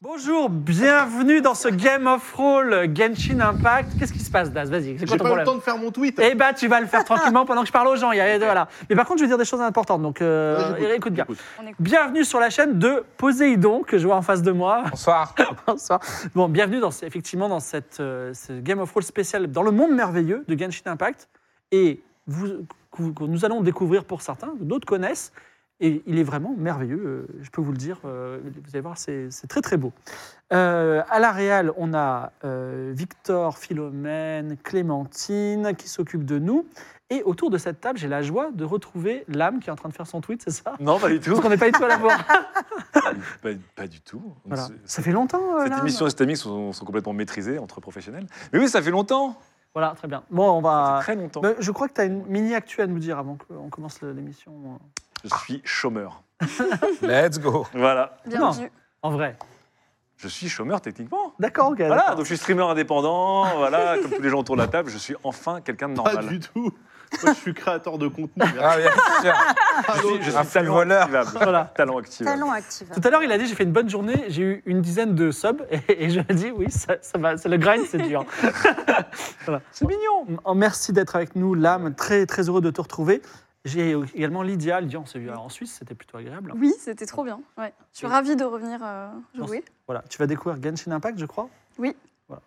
Bonjour, bienvenue dans ce Game of Roll Genshin Impact. Qu'est-ce qui se passe, Das Vas-y, c'est quoi ton J'ai pas eu le problème temps de faire mon tweet. Eh ben, tu vas le faire tranquillement pendant que je parle aux gens. Il y a, voilà. Mais par contre, je vais dire des choses importantes, donc Ouais, euh, Ah, j'écoute, écoute bien. j'écoute. Bienvenue sur la chaîne de Poséidon, que je vois en face de moi. Bonsoir. Bonsoir. Bon, bienvenue dans, ce- effectivement dans cette, euh, ce Game of Roll spécial dans le monde merveilleux de Genshin Impact. Et vous, que vous- que nous allons découvrir pour certains, d'autres connaissent. Et il est vraiment merveilleux, euh, je peux vous le dire. euh, vous allez voir, c'est c'est très très beau. Euh, à la Réal, on a euh, Victor, Philomène, Clémentine qui s'occupent de nous. Et autour de cette table, j'ai la joie de retrouver l'âme qui est en train de faire son tweet, c'est ça Non, pas du Parce tout. qu'on n'est pas du tout à la voir. pas, pas du tout. On Voilà. se- Ça fait longtemps. euh, Cette l'âme. émission et cette amie sont, sont complètement maîtrisées entre professionnels. Mais oui, ça fait longtemps. Voilà, très bien. Bon, on Ça va. fait très longtemps. Ben, je crois que tu as une mini actu à nous dire avant qu'on commence le- l'émission. euh. Je suis chômeur. Let's go. Voilà. Bienvenue. En vrai. Je suis chômeur techniquement. D'accord, ok. Voilà, d'accord. donc je suis streamer indépendant. voilà, comme tous les gens autour de la table, je suis enfin quelqu'un de Pas normal. du tout. Moi, je suis créateur de contenu. Ah, bien sûr. Ah, Je non, suis, je je- suis Un talent voleur. activable. Voilà. Talent activable. hein. Talent active. hein. Tout à l'heure, il a dit j'ai fait une bonne journée, j'ai eu une dizaine de subs, et, et je lui ai dit oui, ça, ça va, c'est le grind, c'est dur. C'est mignon. En- Merci d'être avec nous, Lame, très très heureux de te retrouver. J'ai également Lydia, Lydia, on s'est vu en Suisse, c'était plutôt agréable. Oui, c'était trop bien. Ouais. Je suis Et- ravie de revenir euh, jouer. Voilà, tu vas découvrir Genshin Impact, je crois. Oui. Voilà.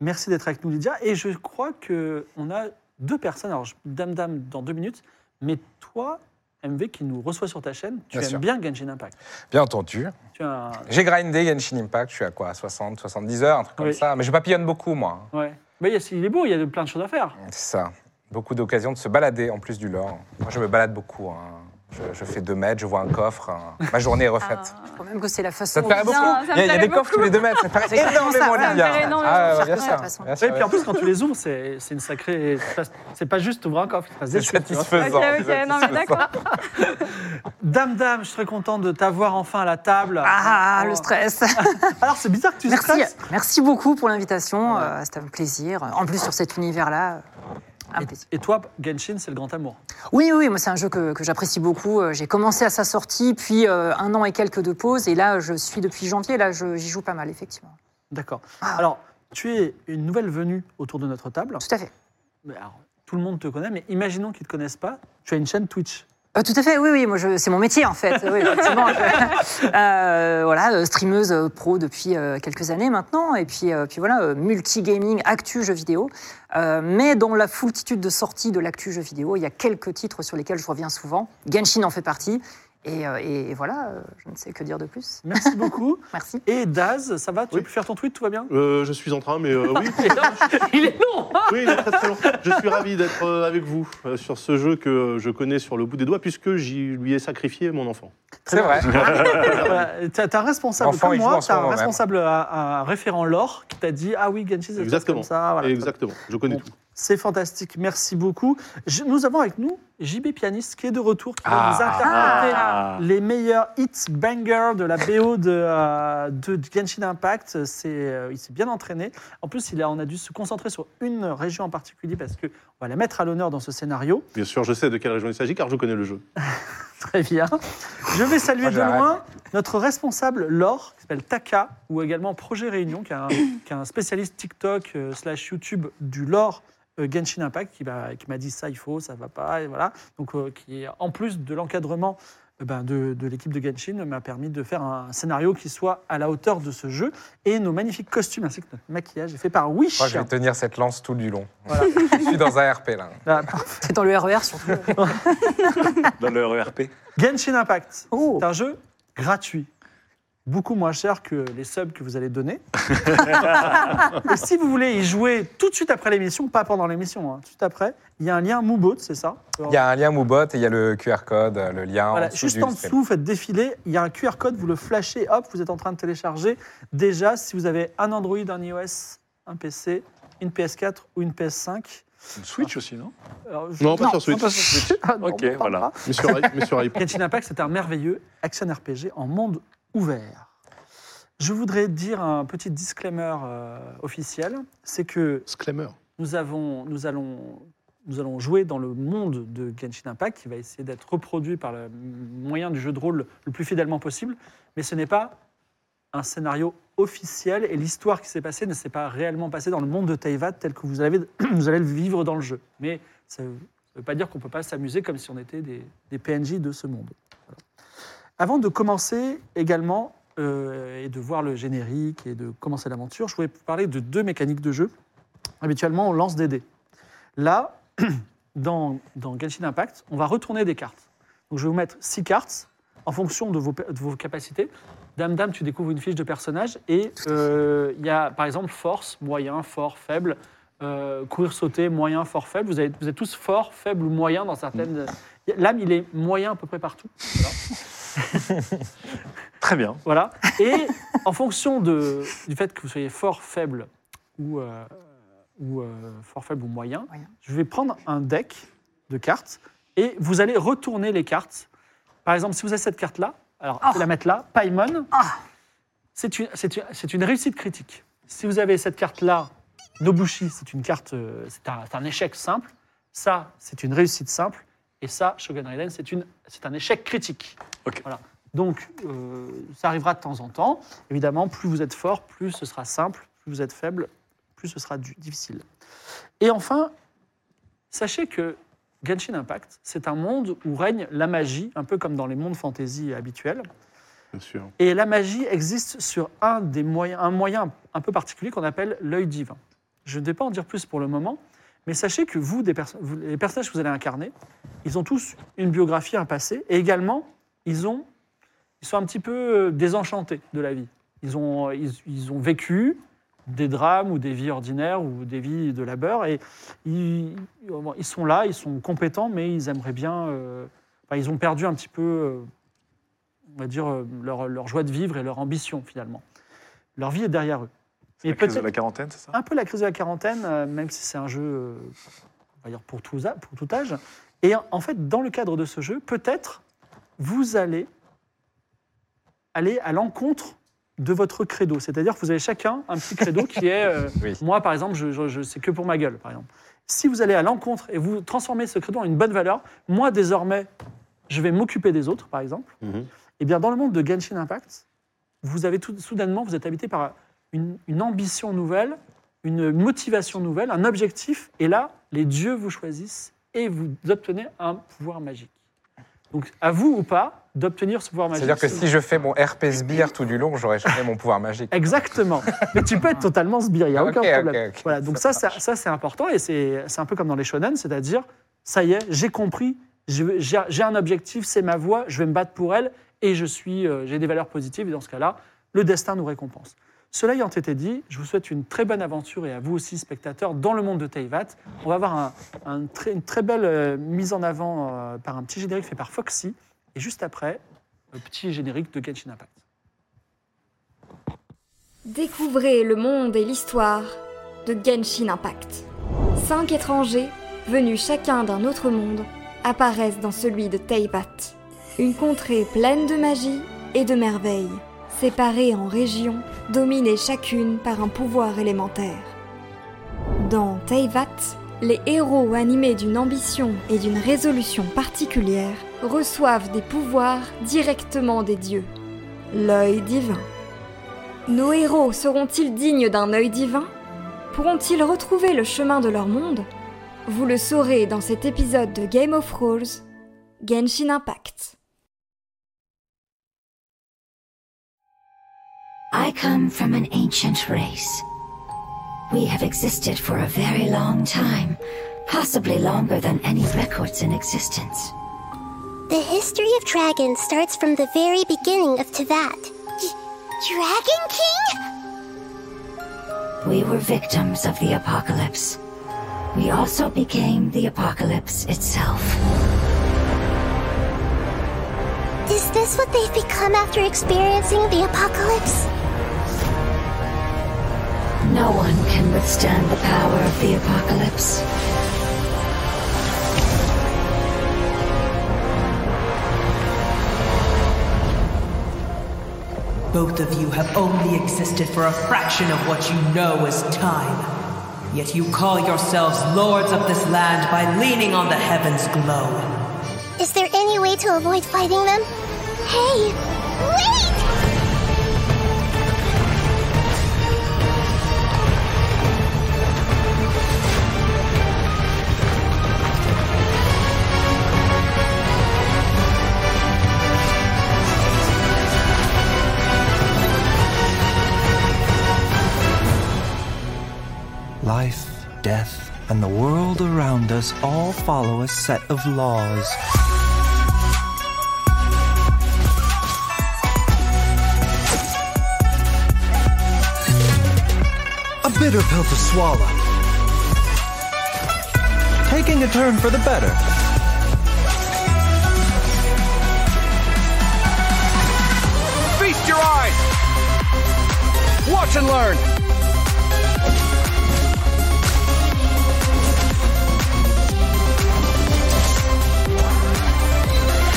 Merci d'être avec nous, Lydia, et je crois que on a deux personnes. Alors, je- dame dame dans deux minutes, mais toi, MV, qui nous reçoit sur ta chaîne, tu Bien aimes sûr. bien Genshin Impact. Bien entendu. Tu as un- J'ai grindé Genshin Impact, je suis à quoi 60, 70 heures, un truc comme Oui. ça. Mais je papillonne beaucoup, moi. Ouais. Mais il y a- il est beau, il y a de- plein de choses à faire. C'est ça. Beaucoup d'occasions de se balader, en plus du lore. Moi, je me balade beaucoup. hein. Je, je fais 2 mètres, je vois un coffre. hein. Ma journée est refaite. Ah. Je crois même que c'est la façon. Ça te paraît dont- beaucoup ça me Il y a, il y a paraît des coffres tous les 2 mètres. Ça te paraît C'est exactement ça, énormément, ça me Lydia. paraît énormément, Ah, ça bien me sûr. paraît de toute façon. Bien sûr, Et puis en plus, quand tu les ouvres, c'est c'est une sacrée. c'est pas- C'est pas juste ouvrir un coffre, ça se C'est déchire, tu vois. Ok, satisfaisant. ok, c'est non, mais d'accord. Dame, dame, je serais content de t'avoir enfin à la table. Ah, Oh. le stress. Alors, c'est bizarre que tu Merci, stresses. merci beaucoup pour l'invitation. euh, C'était un plaisir. En plus, sur cet univers-là, euh, un plaisir. Et toi, Genshin, c'est le grand amour. Oui, oui, moi, c'est un jeu que, que j'apprécie beaucoup. Euh, J'ai commencé à sa sortie, puis euh, un an et quelques de pause. Et là, je suis depuis janvier. Là, je- j'y joue pas mal, effectivement. D'accord. Ah. Alors, tu es une nouvelle venue autour de notre table. Tout à fait. Mais alors, tout le monde te connaît, mais imaginons qu'ils ne te connaissent pas. Tu as une chaîne Twitch. Euh, tout à fait, oui, oui, moi je- c'est mon métier en fait. Oui, effectivement, je- euh, voilà, euh, streameuse euh, pro depuis euh, quelques années maintenant, et puis, euh, puis voilà, euh, multigaming, actu jeux vidéo. Euh, mais dans la foultitude de sorties de l'actu jeux vidéo, il y a quelques titres sur lesquels je reviens souvent. Genshin en fait partie, et, euh, et- et voilà, euh, je ne sais que dire de plus. Merci beaucoup. Merci. Et Daz, ça va Tu Oui. peux faire ton tweet, tout va bien Euh, je suis en train, mais euh, oui, Il est long hein. oui, il est très, très long. Je suis ravi d'être euh, avec vous euh, sur ce jeu que euh, je connais sur le bout des doigts, puisque j'y lui ai sacrifié mon enfant. C'est vrai. Voilà, Euh, T'as t'as un responsable L'enfant, comme il joue moi, en ce t'as un moment même. responsable, un, un référent lore qui t'a dit Ah oui, Genshin, c'est Exactement. comme ça. Voilà. Exactement, je connais Bon. tout. C'est fantastique, merci beaucoup. Je- nous avons avec nous JB Pianiste qui est de retour, qui va Ah. nous interpréter Ah. les meilleurs hits bangers de la BO de, euh, de Genshin Impact. C'est, euh, il s'est bien entraîné. En plus, il a, on a dû se concentrer sur une région en particulier parce qu'on va la mettre à l'honneur dans ce scénario. Bien sûr, je sais de quelle région il s'agit, car je connais le jeu. Très bien. Je vais saluer Moi, de j'arrête. loin notre responsable Laure, qui s'appelle Taka, ou également Projet Réunion, qui est un, qui est un spécialiste TikTok euh, slash YouTube du lore euh, Genshin Impact, qui m'a qui m'a dit ça il faut, ça va pas, et voilà. Donc, euh, qui est en plus de l'encadrement eh ben, de, de l'équipe de Genshin m'a permis de faire un scénario qui soit à la hauteur de ce jeu. Et nos magnifiques costumes ainsi que notre maquillage est fait par Wish. Moi, je vais tenir cette lance tout du long. Voilà. je suis dans un RP, là. Là, C'est dans le RER surtout. dans le E RERP. Genshin Impact, Oh. c'est un jeu gratuit, beaucoup moins cher que les subs que vous allez donner. Et si vous voulez y jouer tout de suite après l'émission, pas pendant l'émission, hein, tout de suite après, il y a un lien Moobot, c'est ça Il y a un lien Moubot et il y a le QR code, euh, le lien. Voilà, en dessous juste du en stream. dessous, vous faites défiler, il y a un QR code, vous le flashez, hop, vous êtes en train de télécharger. Déjà, si vous avez un Android, un iOS, un PC, une PS4 ou une PS5. Une Switch aussi, non alors, je- Non, pas sur Switch. Ah, non, Ok, on parle voilà. pas. Mais sur, i- mais sur iPad. Genshin Impact, c'est un merveilleux action RPG en monde ouvert. Je voudrais dire un petit disclaimer euh, officiel, c'est que Disclaimer. nous, avons, nous, allons, nous allons jouer dans le monde de Genshin Impact, qui va essayer d'être reproduit par le moyen du jeu de rôle le plus fidèlement possible, mais ce n'est pas un scénario officiel, et l'histoire qui s'est passée ne s'est pas réellement passée dans le monde de Teyvat tel que vous, avez, vous allez le vivre dans le jeu. Mais ça ne veut pas dire qu'on ne peut pas s'amuser comme si on était des, des PNJ de ce monde. Voilà. Avant de commencer également, euh, et de voir le générique, et de commencer l'aventure, je voulais vous parler de deux mécaniques de jeu. Habituellement, on lance des dés. Là, dans, dans Genshin Impact, on va retourner des cartes. Donc, je vais vous mettre six cartes en fonction de vos, pe- de vos capacités. Dame, dame, tu découvres une fiche de personnage et euh, il y a par exemple force, moyen, fort, faible, euh, courir, sauter, moyen, fort, faible. Vous, avez- vous êtes tous fort, faible ou moyen dans certaines. L'âme, il est moyen à peu près partout. Voilà. Très bien. Voilà. Et en fonction de, du fait que vous soyez fort, faible ou, euh, ou euh, fort, faible ou moyen, Moyen. je vais prendre un deck de cartes et vous allez retourner les cartes. Par exemple, si vous avez cette carte-là, alors je vais la mettre là, Paimon, Ah. c'est une, c'est une- c'est une réussite critique. Si vous avez cette carte-là, Nobushi, c'est une carte, euh, c'est un, c'est un échec simple. Ça, c'est une réussite simple. Et ça, Shogun Raiden, c'est une- c'est un échec critique. Ok. Voilà. Donc, euh, ça arrivera de temps en temps. Évidemment, plus vous êtes fort, plus ce sera simple. Plus vous êtes faible, plus ce sera du- difficile. Et enfin, sachez que Genshin Impact, c'est un monde où règne la magie, un peu comme dans les mondes fantasy habituels. Bien sûr. Et la magie existe sur un, des moyens, un moyen un peu particulier qu'on appelle l'œil divin. Je ne vais pas en dire plus pour le moment, mais sachez que vous, des perso- vous- les personnages que vous allez incarner, ils ont tous une biographie, un passé, et également, ils, ont, ils sont un petit peu euh, désenchantés de la vie. Ils ont, euh, ils, ils ont vécu des drames ou des vies ordinaires ou des vies de labeur, et ils, ils sont là, ils sont compétents, mais ils aimeraient bien... euh, enfin, ils ont perdu un petit peu... euh, on va dire, euh, leur, leur joie de vivre et leur ambition finalement. Leur vie est derrière eux. C'est Et la crise de peut-être- la quarantaine, c'est ça un peu la crise de la quarantaine, euh, même si c'est un jeu euh, on va dire pour, tous a- pour tout âge. Et en- en fait, dans le cadre de ce jeu, peut-être vous allez aller à l'encontre de votre credo. C'est-à-dire que vous avez chacun un petit credo qui est euh, Oui. moi, par exemple, je, je, je- c'est que pour ma gueule, par exemple. Si vous allez à l'encontre et vous transformez ce credo en une bonne valeur, moi, désormais, je vais m'occuper des autres, par exemple. Mhm. Eh bien, dans le monde de Genshin Impact, vous avez tout, soudainement, vous êtes habité par une, une ambition nouvelle, une motivation nouvelle, un objectif, et là, les dieux vous choisissent et vous obtenez un pouvoir magique. Donc, à vous ou pas d'obtenir ce pouvoir magique. C'est-à-dire que si je fais mon RP sbire tout du long, j'aurai jamais mon pouvoir magique. Exactement. Mais tu peux être totalement sbire, il n'y a Ok, aucun ok, problème. ok. Voilà, donc ça, ça, ça, c'est important et c'est c'est un peu comme dans les shonen, c'est-à-dire, ça y est, j'ai compris, je veux- j'ai j'ai un objectif, c'est ma voie, je vais me battre pour elle et je suis, euh, j'ai des valeurs positives et dans ce cas-là, le destin nous récompense. Cela ayant été dit, je vous souhaite une très bonne aventure et à vous aussi, spectateurs, dans le monde de Teyvat. On va avoir un- un très- une très belle euh, mise en avant euh, par un petit générique fait par Foxy et juste après, le petit générique de Genshin Impact. Découvrez le monde et l'histoire de Genshin Impact. Cinq étrangers, venus chacun d'un autre monde, apparaissent dans celui de Teyvat. Une contrée pleine de magie et de merveilles, séparée en régions, dominées chacune par un pouvoir élémentaire. Dans Teyvat, les héros animés d'une ambition et d'une résolution particulière reçoivent des pouvoirs directement des dieux. L'œil divin. Nos héros seront-ils dignes d'un œil divin Pourront-ils retrouver le chemin de leur monde Vous le saurez dans cet épisode de Game of Thrones, Genshin Impact. I come from an ancient race. We have existed for a very long time, possibly longer than any records in existence. The history of dragons starts from the very beginning of Tevat. D- Dragon King? We were victims of the apocalypse. We also became the apocalypse itself. Is this what they've become after experiencing the apocalypse? No one can withstand the power of the apocalypse. Both of you have only existed for a fraction of what you know as time. Yet you call yourselves lords of this land by leaning on the heaven's glow. Is there any way to avoid fighting them? Hey! Wait! Life, death, and the world around us all follow a set of laws. A bitter pill to swallow. Taking a turn for the better. Feast your eyes! Watch and learn!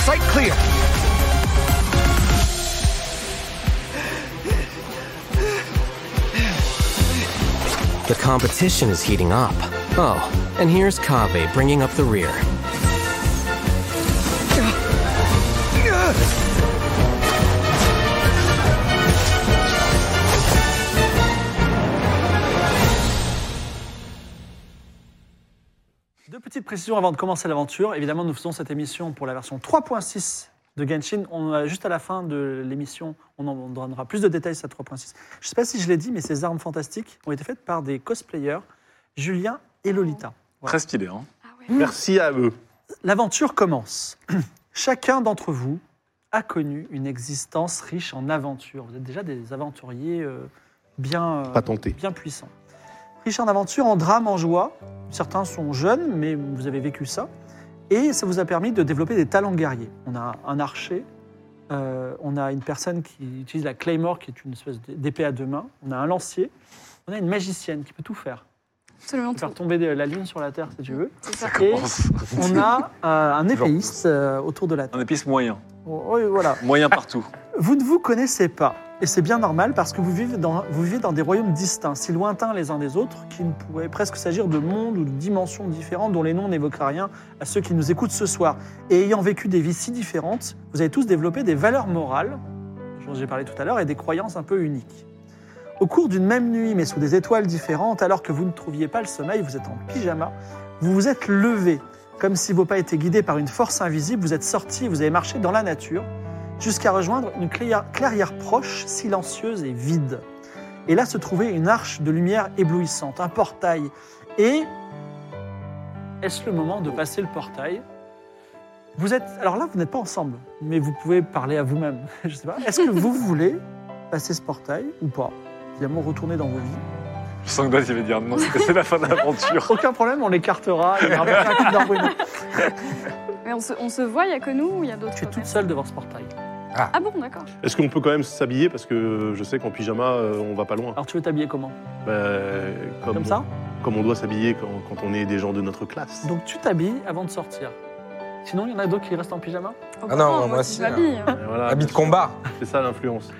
Sight clear! The competition is heating up. Oh, and here's Kave bringing up the rear. Deux petites précisions avant de commencer l'aventure. Évidemment, nous faisons cette émission pour la version 3.6 de Genshin. On, a- juste à la fin de l'émission, on en donnera plus de détails sur cette 3.6. Je ne sais pas si je l'ai dit, mais ces armes fantastiques ont été faites par des cosplayers, Julien et Lolita. Très stylé, hein Merci à eux. L'aventure commence. Chacun d'entre vous a connu une existence riche en aventures. Vous êtes déjà des aventuriers euh, bien, euh, Pas tenté. bien puissants. Riche en aventures, en drames, en joie. Certains sont jeunes, mais vous avez vécu ça. Et ça vous a permis de développer des talents guerriers. On a un archer, euh, on a une personne qui utilise la claymore, qui est une espèce d'épée à deux mains. On a un lancier, on a une magicienne qui peut tout faire. Absolument Faire tout. tomber de- la lune sur la terre, si tu veux. C'est ça. Et Commence. on a euh, un Toujours. épéiste euh, autour de la table. Un épice moyen. Oh, oui, voilà. Moyen partout. Vous ne vous connaissez pas. Et c'est bien normal parce que vous vivez, dans, vous vivez dans des royaumes distincts, si lointains les uns des autres, qu'il pourrait presque s'agir de mondes ou de dimensions différentes dont les noms n'évoqueraient rien à ceux qui nous écoutent ce soir. Et ayant vécu des vies si différentes, vous avez tous développé des valeurs morales, dont j'ai parlé tout à l'heure, et des croyances un peu uniques. Au cours d'une même nuit, mais sous des étoiles différentes, alors que vous ne trouviez pas le sommeil, vous êtes en pyjama, vous vous êtes levé, comme si vos pas étaient guidés par une force invisible, vous êtes sorti, vous avez marché dans la nature, jusqu'à rejoindre une clairière, clairière proche, silencieuse et vide. Et là se trouvait une arche de lumière éblouissante, un portail. Et est-ce le moment de passer le portail Vous êtes alors là, vous n'êtes pas ensemble, mais vous pouvez parler à vous-même. Je sais pas. Est-ce que vous voulez passer ce portail ou pas Évidemment, retourner dans vos vies. Je sens que Daz, il va dire non, c'est c'est la fin de l'aventure. Aucun problème, on l'écartera. Il y aura pas de Kinder Bueno. Mais on se, on se voit, il n'y a que nous ou il y a d'autres Tu es toute personnes seule devant ce portail. Ah bon, d'accord. Est-ce qu'on peut quand même s'habiller Parce que je sais qu'en pyjama, euh, on va pas loin. Alors tu veux t'habiller comment Bah, comme, Comme ça Comme on doit s'habiller quand, quand on est des gens de notre classe. Donc tu t'habilles avant de sortir. Sinon, il y en a d'autres qui restent en pyjama. Oh, Ah non, bah moi je aussi, m'habille, hein. Et voilà, Habit de combat. C'est ça l'influence.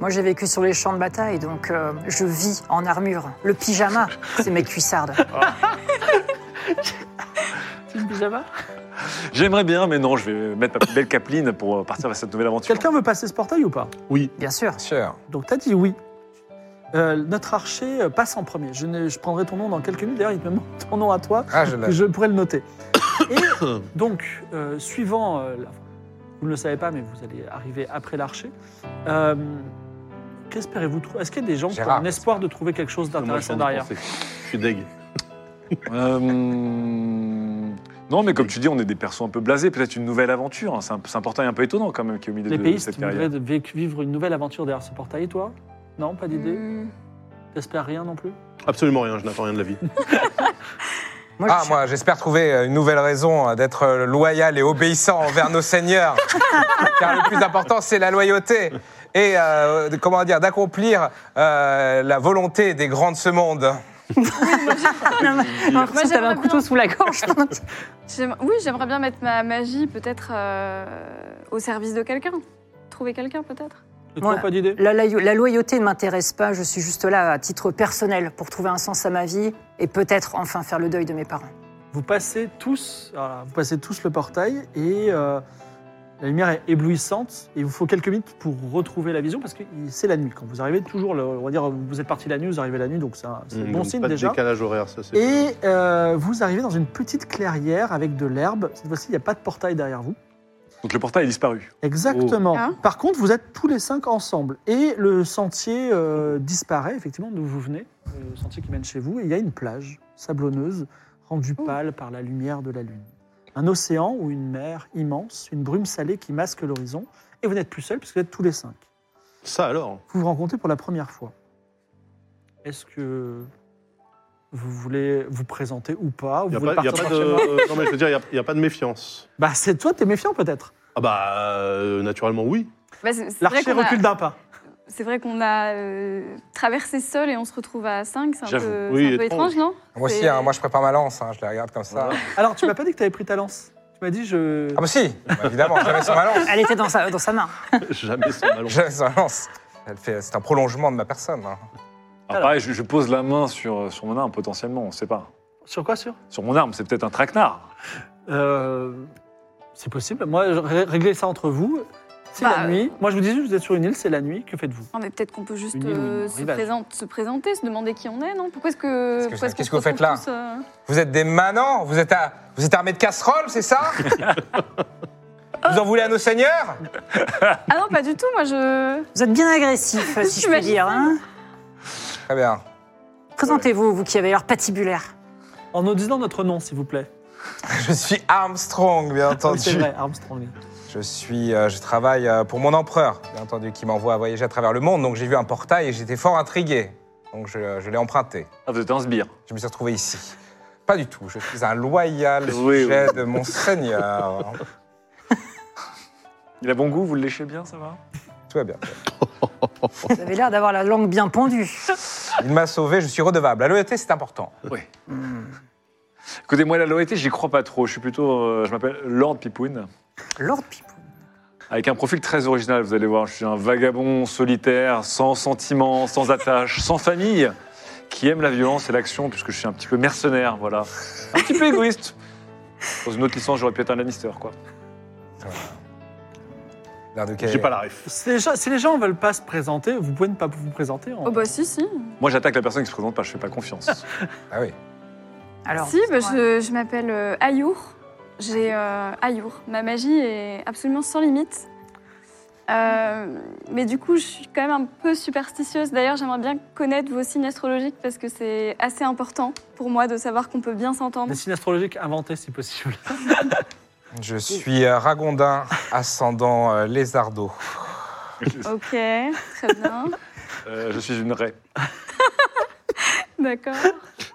Moi, j'ai vécu sur les champs de bataille, donc euh, je vis en armure. Le pyjama, c'est mes cuissardes. C'est une pyjama J'aimerais bien, mais non, je vais mettre ma plus belle capeline pour euh, partir vers cette nouvelle aventure. Quelqu'un veut passer ce portail ou pas Bien sûr. Bien sûr. Donc t'as dit oui. Euh, notre archer euh, passe en premier. Je, ne- je prendrai ton nom dans quelques minutes. D'ailleurs, il te demande ton nom à toi. Ah, je que l'ai. je pourrais le noter. Et donc, euh, suivant, euh, la- vous ne le savez pas, mais vous allez arriver après l'archer, euh, Qu'espérez-vous trouver Est-ce qu'il y a des gens qui ont Gérard, un espoir de trouver quelque chose d'intéressant derrière Je suis deg. Euh, non, mais comme tu dis, on est des persos un peu blasés. Peut-être une nouvelle aventure. hein. C'est un- c'est important et un peu étonnant quand même qui est au milieu Les de, pays, cette tu période. voudrais de vécu- vivre une nouvelle aventure derrière ce portail, et toi Non, pas d'idée T'espères rien non plus Absolument rien, je n'attends rien de la vie. ah, moi, j'espère trouver une nouvelle raison euh, d'être loyal et obéissant envers nos seigneurs. Car le plus important, c'est la loyauté. Et, euh, de- comment dire, d'accomplir euh, la volonté des grands de ce monde. J'ai l'impression que t'avais un couteau sous la gorge. J'aime- Oui, j'aimerais bien mettre ma magie peut-être euh, au service de quelqu'un. Trouver quelqu'un peut-être. Et toi, pas d'idée la, la- la loyauté ne m'intéresse pas, je suis juste là à titre personnel pour trouver un sens à ma vie et peut-être enfin faire le deuil de mes parents. Vous passez tous, voilà, vous passez tous le portail et euh, la lumière est éblouissante. Et il vous faut quelques minutes pour retrouver la vision parce que c'est la nuit. Quand vous arrivez, toujours, le- on va dire, vous êtes parti la nuit, vous arrivez la nuit, donc c'est un c'est Mm, bon donc signe pas de déjà. décalage horaire, ça c'est. Et euh, vous arrivez dans une petite clairière avec de l'herbe. Cette fois-ci, il n'y a pas de portail derrière vous. Donc le portail est disparu. Exactement. Oh. Hein Par contre, vous êtes tous les cinq ensemble et le sentier euh, disparaît effectivement d'où vous venez, euh, le sentier qui mène chez vous. Et il y a une plage sablonneuse rendue Oh. pâle par la lumière de la lune. Un océan ou une mer immense, une brume salée qui masque l'horizon. Et vous n'êtes plus seul puisque vous êtes tous les cinq. Ça alors Vous vous rencontrez pour la première fois. Est-ce que vous voulez vous présenter ou pas Vous Il n'y a, voulez pas- y a partir pas par chez moi de. non, mais je veux dire, il n'y a, pas de méfiance. Bah, c'est toi, t'es méfiant peut-être Ah, bah, euh, naturellement, oui. Bah, c'est- c'est vrai L'archer qu'on a- recule d'un pas. C'est vrai qu'on a euh, traversé seul et on se retrouve à 5, c'est un J'avoue. peu, Oui, c'est un peu étrange. étrange, non Moi aussi, C'est- hein, moi, je prépare ma lance, hein, je la regarde comme ça. Alors, tu m'as pas dit que t'avais pris ta lance. Tu m'as dit je. Ah, bah si, bah, évidemment, j'avais sur ma lance. Elle était dans sa, dans sa main. Jamais sans ballon. J'avais sur ma lance. Elle fait- C'est un prolongement de ma personne. hein. Alors, pareil, je, je pose la main sur, sur mon arme potentiellement, on ne sait pas. Sur quoi sur Sur mon arme, c'est peut-être un traquenard. Euh, c'est possible. Moi, je- ré- réglez ça entre vous. C'est la Bah, nuit. Moi, je vous disais, vous êtes sur une île, c'est la nuit. Que faites-vous Non, mais peut-être qu'on peut juste Une île ou euh, un se, rivage. présente- se présenter, se demander qui on est, non Pourquoi est-ce que. que- pourquoi est-ce qu'on qu'est-ce se que vous faites retrouve euh Vous êtes des manants Vous êtes, à- vous êtes armés de casseroles, c'est ça Vous en voulez à nos seigneurs tous, euh Ah non, pas du tout, moi je. Vous êtes bien agressif, si je peux dire. hein. Très bien. Présentez-vous, vous qui avez l'air patibulaire. En nous disant notre nom, s'il vous plaît. Je suis Armstrong, bien Ah oui, entendu. c'est vrai, Armstrong. Je suis, euh, je travaille euh, pour mon empereur, bien entendu, qui m'envoie à voyager à travers le monde. Donc j'ai vu un portail et j'étais fort intrigué. Donc je, je l'ai emprunté. Ah, vous êtes un sbire. Je me suis retrouvé ici. Pas du tout. Je suis un loyal Oui, sujet oui. de mon seigneur. Il a bon goût, vous le léchez bien, ça va Tout va bien. Vous avez l'air d'avoir la langue bien pendue. Il m'a sauvé. Je suis redevable. La loyauté, c'est important. Oui. Écoutez, moi, la loyauté, j'y crois pas trop. Je suis plutôt. euh, je m'appelle Lord Pipoun. Lord Pipoun. Avec un profil très original, vous allez voir. Je suis un vagabond solitaire, sans sentiments, sans attache, sans famille, qui aime la violence et l'action, puisque je suis un petit peu mercenaire, voilà. Un petit peu égoïste. Dans une autre licence, j'aurais pu être un Lannister, quoi. J'ai pas la ref. Si les, gens, si les gens veulent pas se présenter, vous pouvez ne pas vous présenter. en- Oh bah si, si. Moi, j'attaque la personne qui se présente pas, je fais pas confiance. Ah oui. Alors, si, bah, je, je m'appelle euh, Ayour. J'ai euh, Ayour. Ma magie est absolument sans limite. Euh, mais du coup, je suis quand même un peu superstitieuse. D'ailleurs, j'aimerais bien connaître vos signes astrologiques parce que c'est assez important pour moi de savoir qu'on peut bien s'entendre. Des signes astrologiques inventés, si possible. Je suis euh, Ragondin, ascendant euh, Lézardo. Ok, très bien. Euh, je suis une raie. D'accord.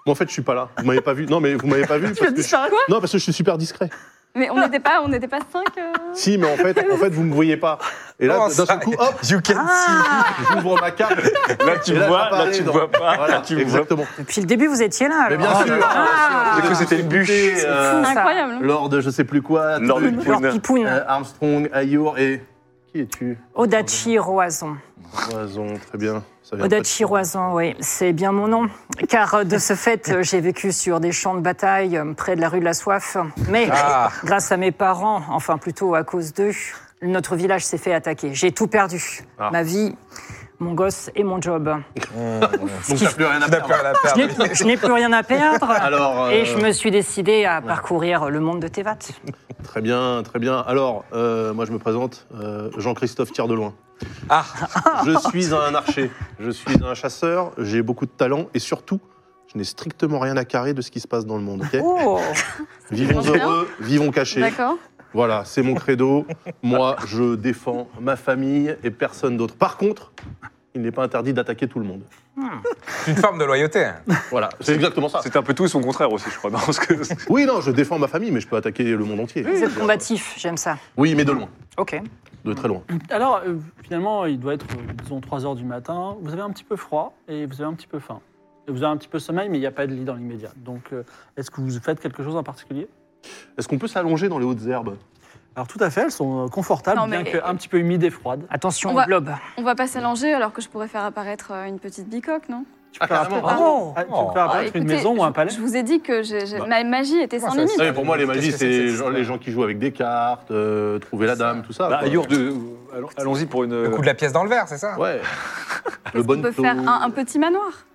Moi, en fait, je suis pas là. Vous m'avez pas vu. Non, mais vous m'avez pas vu. parce que je- Non, parce que je suis super discret. Mais on n'était pas, on n'était pas cinq. euh Si, mais en fait, en fait vous me voyez pas. Et là, Comment d'un ça seul coup, hop You can Ah. J'ouvre ma carte. Là, tu Et vois, je là, tu dedans. vois pas, Voilà, là, tu vois exactement. Depuis le début, vous étiez là. Mais alors. bien sûr. Ah, J'ai cru que c'était une bûche. Écoutez, euh, Incroyable. hein. Lord de je sais plus quoi. Lord Truc, Pipoun. Lord Pipoun. euh, Armstrong, Ayour et. Qui es-tu Odachi Roison. Roison, très bien. Ça vient pas de- Odachi Roison, oui, c'est bien mon nom. Car euh, de ce fait, euh, j'ai vécu sur des champs de bataille euh, près de la rue de la Soif. Mais Ah. grâce à mes parents, enfin plutôt à cause d'eux, notre village s'est fait attaquer. J'ai tout perdu. Ah. Ma vie, mon gosse et mon job. Ah, Hmm, Donc t'as plus rien à perdre. Je n'ai plus- Je n'ai plus rien à perdre. bah, Alors, euh, Et je me suis décidé à ouais. parcourir le monde de Tevat. Très bien, très bien. Alors, euh, moi je me présente, euh, Jean-Christophe Tire de Loin. Ah Je suis un archer, je suis un chasseur, j'ai beaucoup de talent et surtout, je n'ai strictement rien à carrer de ce qui se passe dans le monde, ok Oh Vivons Bien. heureux, vivons cachés. D'accord Voilà, c'est mon credo. Moi, je défends ma famille et personne d'autre. Par contre, il n'est pas interdit d'attaquer tout le monde. C'est une forme de loyauté. Voilà, c'est exactement ça. C'est un peu tout et son contraire aussi, je crois. Non, parce que- Oui, non, je défends ma famille, mais je peux attaquer le monde entier. Vous êtes combatif, j'aime ça. Oui, mais de loin, Ok. de très loin. Alors, euh, finalement, il doit être, euh, disons, 3 heures du matin. Vous avez un petit peu froid et vous avez un petit peu faim. Et vous avez un petit peu sommeil, mais il n'y a pas de lit dans l'immédiat. Donc, euh, est-ce que vous faites quelque chose en particulier Est-ce qu'on peut s'allonger dans les hautes herbes Alors, tout à fait, elles sont euh, confortables, Non, mais- bien qu'un petit peu humides et froides. Attention On au va- blob. On va pas s'allonger alors que je pourrais faire apparaître euh, une petite bicoque, non Tu peux faire apparaître, Oh. ah, tu peux faire apparaître une Écoutez, maison ou un palais Je vous ai dit que j'ai- j'ai- Bah. ma magie était sans Ouais, ça- limite. Non, mais pour moi, les magies, Qu'est-ce que c'est c'est que les cette gens, histoire les gens qui jouent avec des cartes, euh, trouver la dame, tout ça. Bah, quoi. ailleurs de- euh, allons- Allons-y pour une. euh, Le coup de la pièce dans le verre, c'est ça Ouais. Le On bon peut faire un, un petit manoir.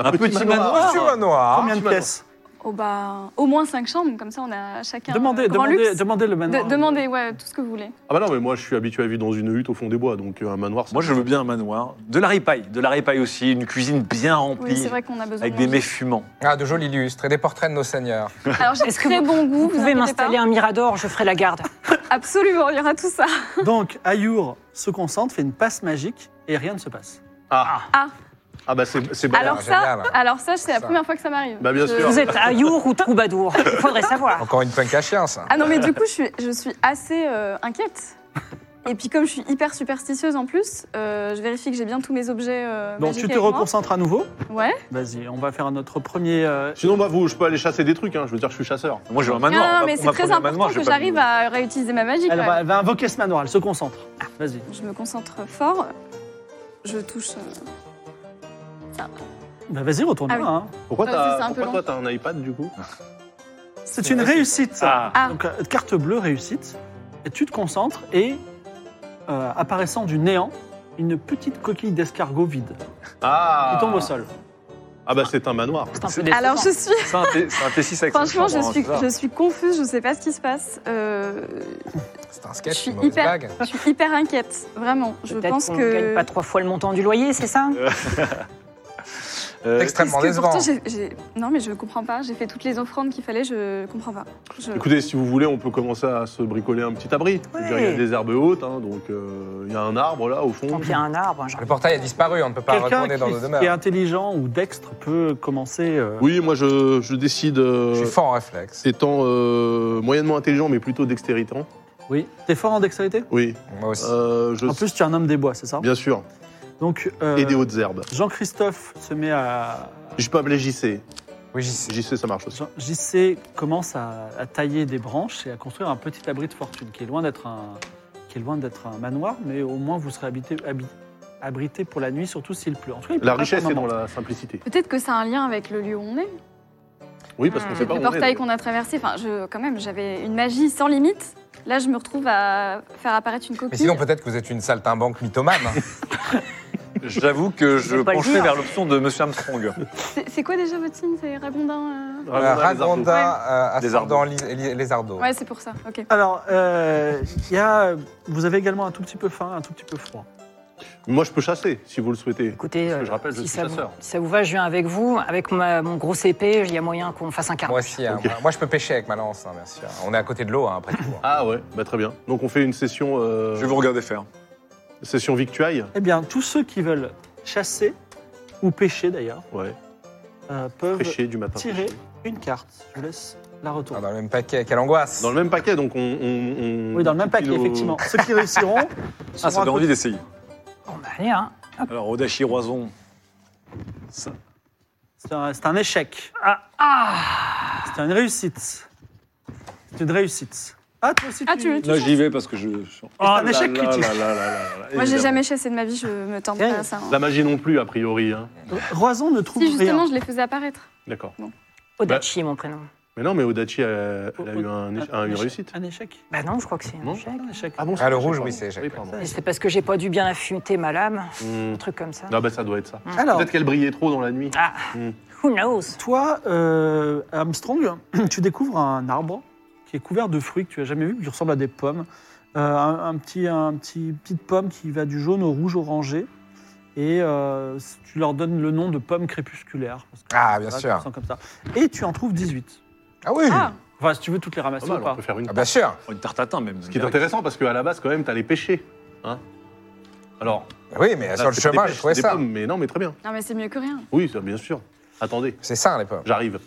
Un petit Ah, Sur un noir. Combien de pièces Oh, bah, au moins cinq chambres, comme ça on a chacun. demandez, un grand demandez, luxe. demandez le De- manoir. demandez, ouais, tout ce que vous voulez. Ah bah non, mais moi, je suis habitué à vivre dans une hutte au fond des bois, donc euh, un manoir. ça- Moi, je veux bien un manoir. De la ripaille, de la ripaille aussi, une cuisine bien Oui, remplie, c'est vrai qu'on a besoin avec de des manger. mets fumants. Ah, de jolis lustres et des portraits de nos seigneurs. Alors j'ai Est-ce que très vous- bon goût, Vous vous, pouvez inquiétez m'installer pas. un mirador, je ferai la garde. Absolument, il y aura tout ça. Donc, Ayur se concentre, fait une passe magique et rien ne se passe. Ah. Ah. Ah bah c'est c'est bon. Alors ça, génial. alors ça, c'est la Ça. première fois que ça m'arrive. Bah, bien Je- sûr. Vous êtes Ayour ou Troubadour Il faudrait savoir. Encore une punk à chien, ça. Ah non, mais du coup, je suis, je suis assez euh, inquiète. Et puis comme je suis hyper superstitieuse en plus, euh, je vérifie que j'ai bien tous mes objets. euh, Donc, magiques tu te avec moi. reconcentres à nouveau. Ouais. Vas-y, on va faire notre premier. euh, Sinon, bah vous, je peux aller chasser des trucs, hein. je veux dire, je suis chasseur. Moi, je veux un Non, manoir. non, On va- mais on c'est va très prendre un important manoir, je que vais pas- j'arrive à réutiliser ma magie. elle, quand va, même. elle va invoquer ce manoir, elle se concentre. Ah. Vas-y. Je me concentre fort. Je touche. euh, Bah, vas-y, retourne-moi. Ah hein. Pourquoi Ouais, c'est- c'est t'as un pourquoi peu toi t'as un iPad du Ah. coup C'est une réussite, ça. Ah. Donc, euh, carte bleue, réussite. Et tu te concentres et, euh, apparaissant du néant, une petite coquille d'escargot vide Ah. qui tombe au sol. Ah bah c'est un manoir. C'est un peu Alors décevant. je suis. C'est un T- c'est un T6 avec Franchement, son je chambre, suis, hein, c'est je ça. suis confuse, je sais pas ce qui se passe. Euh, C'est un Je sketch, suis une mauvaise hyper- blague. je suis hyper inquiète, vraiment. Je Peut-être pense qu'on que. gagne pas trois fois le montant du loyer, c'est ça Euh, Parce Extrêmement que pourtant, décevant. j'ai- j'ai- Non, mais je comprends pas. J'ai fait toutes les offrandes qu'il fallait, je comprends pas. Je- Écoutez, si vous voulez, on peut commencer à se bricoler un petit abri. Je veux dire, Il y Ouais. a des herbes hautes, hein, donc euh, il y a un arbre là au fond. Tant pis, hein. un arbre, un Le jardin. portail a disparu, on ne peut pas Quelqu'un retourner qui, dans nos qui est demeures. intelligent ou dextre peut commencer. euh, Oui, moi je, je décide. euh, Je suis fort en réflexe. Étant euh, moyennement intelligent, mais plutôt dextéritant. oui. T'es fort en dextérité Oui. Moi aussi. Euh, je- En plus, tu es un homme des bois, c'est ça bien sûr. Donc, euh, Et des hautes herbes. Jean-Christophe se met à. Je peux appeler JC. Oui, j'y suis. JC, ça marche aussi. Jean- JC commence à, à tailler des branches et à construire un petit abri de fortune qui est loin d'être un, qui est loin d'être un manoir, mais au moins vous serez habité, habi- abrité pour la nuit, surtout s'il pleut. En tout cas, il La pleut pas richesse pour est le dans moment. la simplicité. Peut-être que ça a un lien avec le lieu où on est, Oui, parce qu'on Hmm. sait Mmh. le pas où on est. portail qu'on a traversé. Enfin, je, quand même, j'avais une magie sans limite. Là, je me retrouve à faire apparaître une Mais coquille. sinon, peut-être que vous êtes une saltimbanque mythomane. hein. J'avoue que je vais pas le pencherai dire. vers l'option de Monsieur Armstrong. C'est c'est quoi déjà votre signe C'est Ragondin euh Euh, Ragondin, les arbres. Ragondin, euh, Les ascendant Lézardo. Ouais, c'est pour ça. Ok. Alors, euh, il y a, vous avez également un tout petit peu faim, un tout petit peu froid. Moi, je peux chasser, si vous le souhaitez. Écoutez, Parce que je euh, rappelle, je si, suis ça vous, chasseur. si ça vous va, je viens avec vous. Avec ma- mon gros épée, il y a moyen qu'on fasse un quart. Moi aussi, hein. Ok. moi, moi, je peux pêcher avec ma lance, hein, bien sûr. On est à côté de l'eau, hein, après tout. hein. Ah ouais, bah très bien. Donc on fait une session, euh, Je vais vous regarder faire. session victuaille. Eh bien, tous ceux qui veulent chasser ou pêcher d'ailleurs Ouais, euh, peuvent pêcher du matin. tirer une carte. Je laisse la Ah, retourner. dans le même paquet, quelle angoisse. Dans le même paquet, donc on. on- on- oui, dans le même paquet, nos- effectivement. Ceux qui réussiront. Ah, ça seront donne à envie d'essayer. Bon, bah, allez, hein. Alors, Odachi Roison. C'est un, c'est un échec. Ah, C'est une réussite. C'est une réussite. Ah, toi aussi, Ah, tu... tu le Là, j'y vais parce que je. Oh, un échec critique. Moi, j'ai jamais chassé de ma vie, je me tente pas à ça. hein. La magie non plus, a priori. hein. Roison ne trouve Si, justement, rien. je les faisais apparaître. D'accord. Odachi, mon prénom. Mais non, mais Odachi a, elle a eu un, éche- un- une échec- réussite. Un échec Bah non, je crois que c'est un échec. Ah bon, Ah, le échec, rouge, pardon. oui, c'est échec. Oui, pardon. Mais C'est parce que j'ai pas dû bien affûter ma lame, Hmm. un truc comme ça. Ah bah ça doit être ça. Alors- Peut-être qu'elle brillait trop dans la nuit. Ah, Hmm. who knows Toi, euh, Armstrong, tu découvres un arbre qui est couvert de fruits que tu as jamais vu, qui ressemble à des pommes. Euh, un, un petit, un petit, petite pomme qui va du jaune au rouge orangé. Et euh, tu leur donnes le nom de pommes crépusculaires. parce que, Ah, bien voilà, sûr. tu sens Comme ça. Et tu en trouves 18. Ah Hmm. oui Ah, Enfin, si tu veux toutes les Pas ramasser mal, ou on pas. peut faire une. Ah, bah, Bien sûr Oh, Une tarte tatin même. Ah, Ce qui est intéressant parce qu'à la base, quand même, t'as les péchés. Hein Alors. Ah Oui, mais Bah, sur là, le c'est Ah, des chemin, pêches, j'ai trouvé c'est des ça. pommes, mais non, mais très bien. non, mais c'est mieux que rien. Oui, ça, bien sûr. Attendez, C'est ça, les pommes. j'arrive.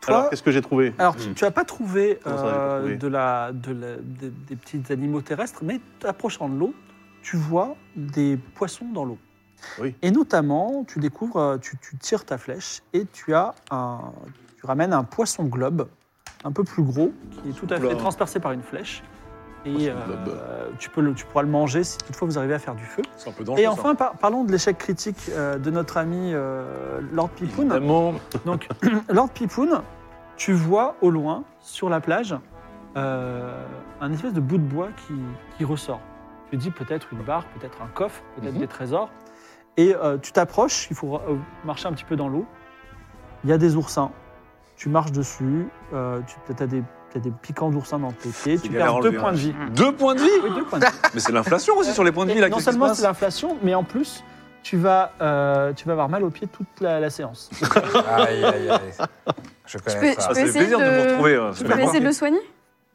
Toi- Alors, qu'est-ce que j'ai trouvé Alors, Hmm. tu- tu n'as pas trouvé Comment ça, j'ai pas euh, trouvé de la, de la- des- des petits animaux terrestres, mais approchant de l'eau, tu vois des poissons dans l'eau. Oui. Et notamment, tu découvres, euh, tu, tu tires ta flèche et tu as un, tu ramènes un poisson globe, un peu plus gros, qui est tout à Oula. fait transpercé par une flèche. Et Poisson globe. euh, tu, peux le, tu pourras le manger si toutefois vous arrivez à faire du feu. C'est un peu dangereux. Et enfin, par- parlons de l'échec critique euh, de notre ami euh, Lord Pipoun. Évidemment. Donc, Lord Pipoun, tu vois au loin, sur la plage, euh, un espèce de bout de bois qui, qui ressort. Tu dis peut-être une barre, peut-être un coffre, peut-être Mhm. des trésors. Et euh, tu t'approches, il faut euh, marcher un petit peu dans l'eau. Il y a des oursins. Tu marches dessus, euh, tu as des, t'as des piquants d'oursins dans tes pieds, tu galère à perds deux enlever, points hein. de vie. Deux points de vie Oui, deux points de vie. Mais c'est l'inflation aussi sur les points de vie. Et Là, non qu'est-ce qui se seulement passe c'est l'inflation, mais en plus, tu vas, euh, tu vas avoir mal aux pieds toute la, la séance. Ah Aïe, aïe, aïe. Je Je connais Ah, peux, ça. je peux Ah, fait essayer plaisir de vous retrouver, euh, ouais. Je Ça peux fait essayer de plaisir. le soigner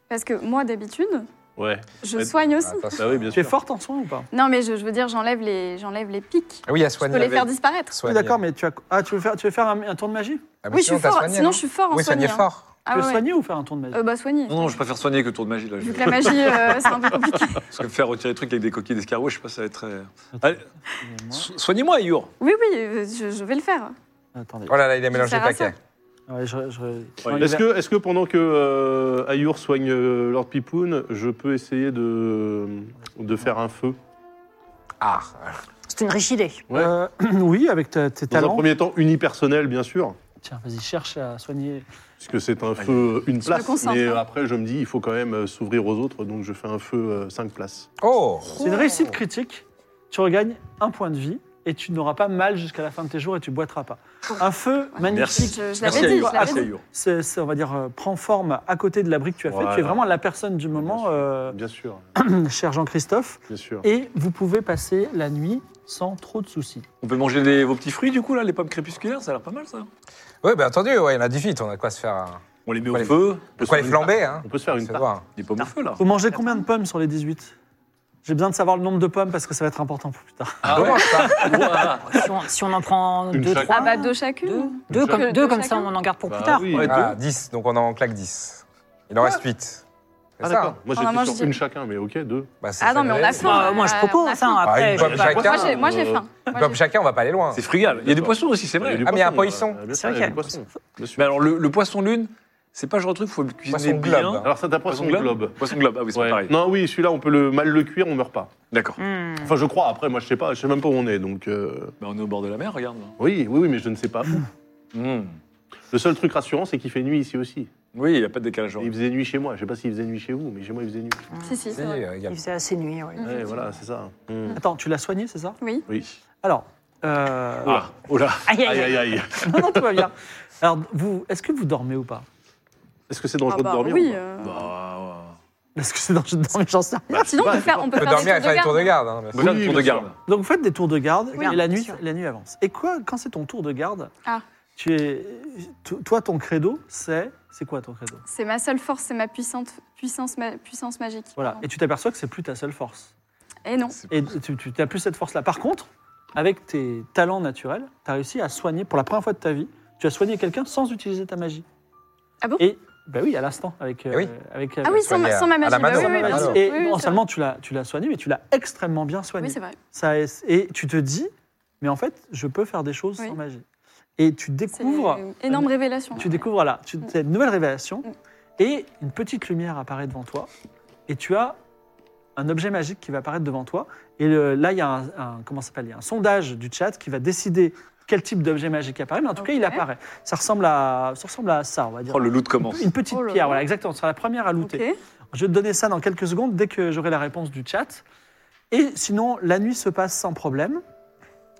Parce que moi, d'habitude, Ouais. je Mais- soigne aussi. Attention. Bah oui, bien tu es sûr. forte en soins ou pas Non, mais je, je veux dire, j'enlève les, j'enlève les pics. Ah oui, à Je soigner. peux les faire disparaître. Oui, d'accord, mais tu, as... ah, tu veux faire, tu veux faire un, un tour de magie Ah, Oui, je suis fort. Sinon, je suis fort en Oui, soigner. soigner hein. fort. Ah Tu veux ouais, ouais. soigner ou faire un tour de magie Euh, Bah, soigner. Non, non, je préfère soigner que tour de magie. Là, Vu que la magie, euh, c'est un peu compliqué. Parce que faire retirer des trucs avec des coquilles d'escargot, je sais pas, ça va être très. Allez, so- soignez-moi, Ayur. Oui, oui, euh, je, je vais le faire. Attendez. Oh là là, il a mélangé sert le à paquet. Ouais, je- je- Est-ce que, est que pendant que euh, Ayur soigne euh, Lord Pipoun, je peux essayer de, de faire un feu Ah, C'est une riche idée. Ouais. Euh, oui, avec ta- tes Dans un talents. premier temps, unipersonnel, bien sûr, Tiens, vas-y, cherche à soigner. puisque c'est un feu une me place. concentre, Mais euh, hein. après, je me dis, il faut quand même euh, s'ouvrir aux autres, donc je fais un feu euh, cinq places. oh C'est une réussite critique. Tu regagnes un point de vie et tu n'auras pas mal jusqu'à la fin de tes jours et tu boiteras pas. Un feu magnifique. Ah, Je, Merci, je l'avais dit, Ayur. je l'avais Merci, dit. Ayur. c'est- c'est, on va dire, euh, prend forme à côté de la brique que tu as faite. Tu es Voilà. vraiment la personne du moment, Ah. euh, Bien sûr, cher Jean-Christophe. bien sûr. Et vous pouvez passer la nuit sans trop de soucis. On peut manger les- vos petits fruits, du coup, là, les pommes crépusculaires, ça a l'air pas mal, ça. Oui, bien entendu, ouais, il y en a 18, on a quoi se faire. un- On les met Ouais, au feu, De quoi les flamber, hein On peut se faire une C'est tarte. voir. des pommes au feu, là. Vous mangez combien de pommes sur les 18 J'ai besoin de savoir le nombre de pommes parce que ça va être important pour plus tard. Ah Comment ça Bah, Si on, si on en prend Une deux, chaque- trois, Ah bah, deux deux, chacune. deux Une comme, chaque- deux deux comme ça, chacun. on en garde pour Bah plus tard. oui, Ouais, Voilà, 10, Ah, donc on en claque 10. Il en reste 8. C'est Ah ça d'accord, moi Ah, moi, j'étais je sur dis- une chacun, mais ok, deux. Bah, c'est Ah non, ça, mais on les- a faim. Moi, moi, je euh, propose, on a hein, faim. Ah, après. une je pomme sais pas. chacun. Moi, j'ai- Moi, j'ai Euh, faim. Moi, Comme j'ai- chacun, on va pas aller loin. C'est frugal. Il y a du poisson aussi, c'est y vrai. du Ah, mais il y a un poisson, poisson. euh, bien C'est sûr, il y a vrai du qu'il poisson, bien sûr. Mais alors, le, le poisson lune, c'est pas le genre de truc, faut le cuisiner Poisson bien. globe. Alors ça, t'as poisson globe. Poisson globe, ah oui, c'est Ouais. pas pareil. Non, oui, celui-là, on peut le mal le cuire, on meurt pas. D'accord. Hmm. Enfin, je crois. Après, moi, je sais pas, je sais même pas où on est. Donc, euh, Bah, on est au bord de la mer, regarde. là. oui, oui, oui, mais je ne sais pas où. Hmm. Le seul truc rassurant, c'est qu'il fait nuit ici aussi. Oui, il n'y a pas de décalage. horaire. Il faisait nuit chez moi. Je sais pas s'il faisait nuit chez vous, mais chez moi, il faisait nuit. Si, si, Si, c'est vrai. euh, il y a- Il faisait assez nuit, oui. Ouais, voilà, c'est ça. Mm. Attends, tu l'as soigné, c'est ça Oui. Oui. Alors, euh, Ah, oh là. Aïe, aïe, Aïe, aïe. aïe, aïe. non, non, tout va bien. Alors, vous, est-ce que vous dormez ou pas Est-ce que c'est Ah dangereux bah, de dormir oui. ou pas euh, Bah, Est-ce que c'est dans je dormais, j'en sais rien. Bah, je sais Sinon, on pas, peut je sais faire pas. on On peut peut faire dormir et des faire les tours tours de de garde. garde. hein, bien sûr. Regarde le Oui, tour de bien garde. Donc, vous faites des tours de garde Oui, et la bien nuit, sûr. la nuit avance. Et quoi Quand c'est ton tour de garde, Ah. tu es, to- toi, ton credo, c'est, c'est quoi ton credo C'est ma seule force, c'est ma puissante puissance, ma- puissance magique. Voilà. Et tu t'aperçois que c'est plus ta seule force. Et non. Et tu, tu n'as plus cette force-là. Par contre, avec tes talents naturels, tu as réussi à soigner, pour la première fois de ta vie, tu as soigné quelqu'un sans utiliser ta magie. Ah bon Et, bah oui, à l'instant, avec... Eh oui. avec Ah oui, sans, soigner à- ma- sans ma à la magie. Bah mano, oui, à oui, la bien mano. sûr. Et Oui, oui, non c'est seulement tu l'as, tu l'as soigné, mais tu l'as extrêmement bien vrai. soigné. Oui, c'est vrai. Ça est- et tu te dis, mais en fait, je peux faire des choses Oui. sans magie. Et tu C'est découvres, une énorme révélation. tu découvres, voilà, tu as une nouvelle révélation, Mm. et une petite lumière apparaît devant toi, et tu as un objet magique qui va apparaître devant toi. Et le- là, il y a un, un- comment ça s'appelle, il y a un sondage du chat qui va décider quel type d'objet magique apparaît, mais en tout cas, il apparaît. Ça ressemble à ça, ressemble à ça on va dire. Oh, le loot commence. Une petite Oh là pierre, là. voilà, exactement. Ce sera la première à looter. Ok. Je vais te donner ça dans quelques secondes, dès que j'aurai la réponse du chat. Et sinon, la nuit se passe sans problème.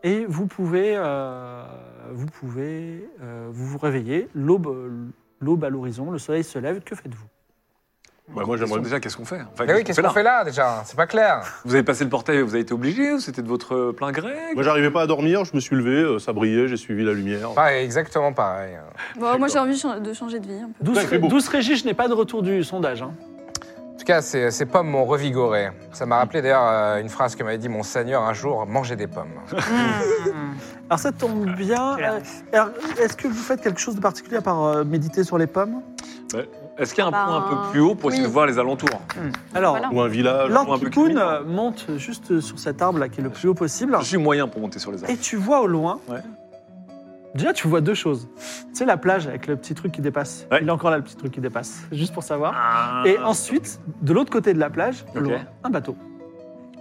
Et vous pouvez, euh, vous, pouvez euh, vous vous réveiller. L'aube euh, l'aube à l'horizon, le soleil se lève. Que faites-vous Bah, moi, j'aimerais Déjà, qu'est-ce qu'on fait Enfin, Mais Bah oui, qu'est-ce qu'on fait là déjà C'est pas clair. Vous avez passé le portail, vous avez été obligé ou c'était de votre euh, plein gré Moi, j'arrivais pas à dormir, je me suis levé, euh, ça brillait, j'ai suivi la lumière. Pareil, exactement pareil. Bon, moi j'ai envie chan- de changer de vie hein. un peu. 12, Ouais, il fait beau. Régis, je n'ai pas de retour du sondage. hein. En tout cas, ces, ces pommes m'ont revigoré. Ça m'a rappelé d'ailleurs euh, une phrase que m'avait dit mon seigneur un jour mangez des pommes. Hmm. Alors ça tombe bien. Euh, alors, Est-ce que vous faites quelque chose de particulier à part euh, méditer sur les pommes Ouais. Est-ce qu'il y a un Ben, point Bah, un peu plus haut pour essayer oui. de voir les alentours Alors, Voilà. Ou un village. Là- un peu l'Antipoun clinique. euh, monte juste sur cet arbre-là qui est le plus haut possible. Je suis moyen pour monter sur les arbres. Et tu vois au loin. Ouais. Déjà, tu vois deux choses. Tu sais, la plage avec le petit truc qui dépasse. Ouais. Il est encore là, le petit truc qui dépasse, juste pour savoir. Ah. Et ensuite, de l'autre côté de la plage, au Ok. loin, un bateau.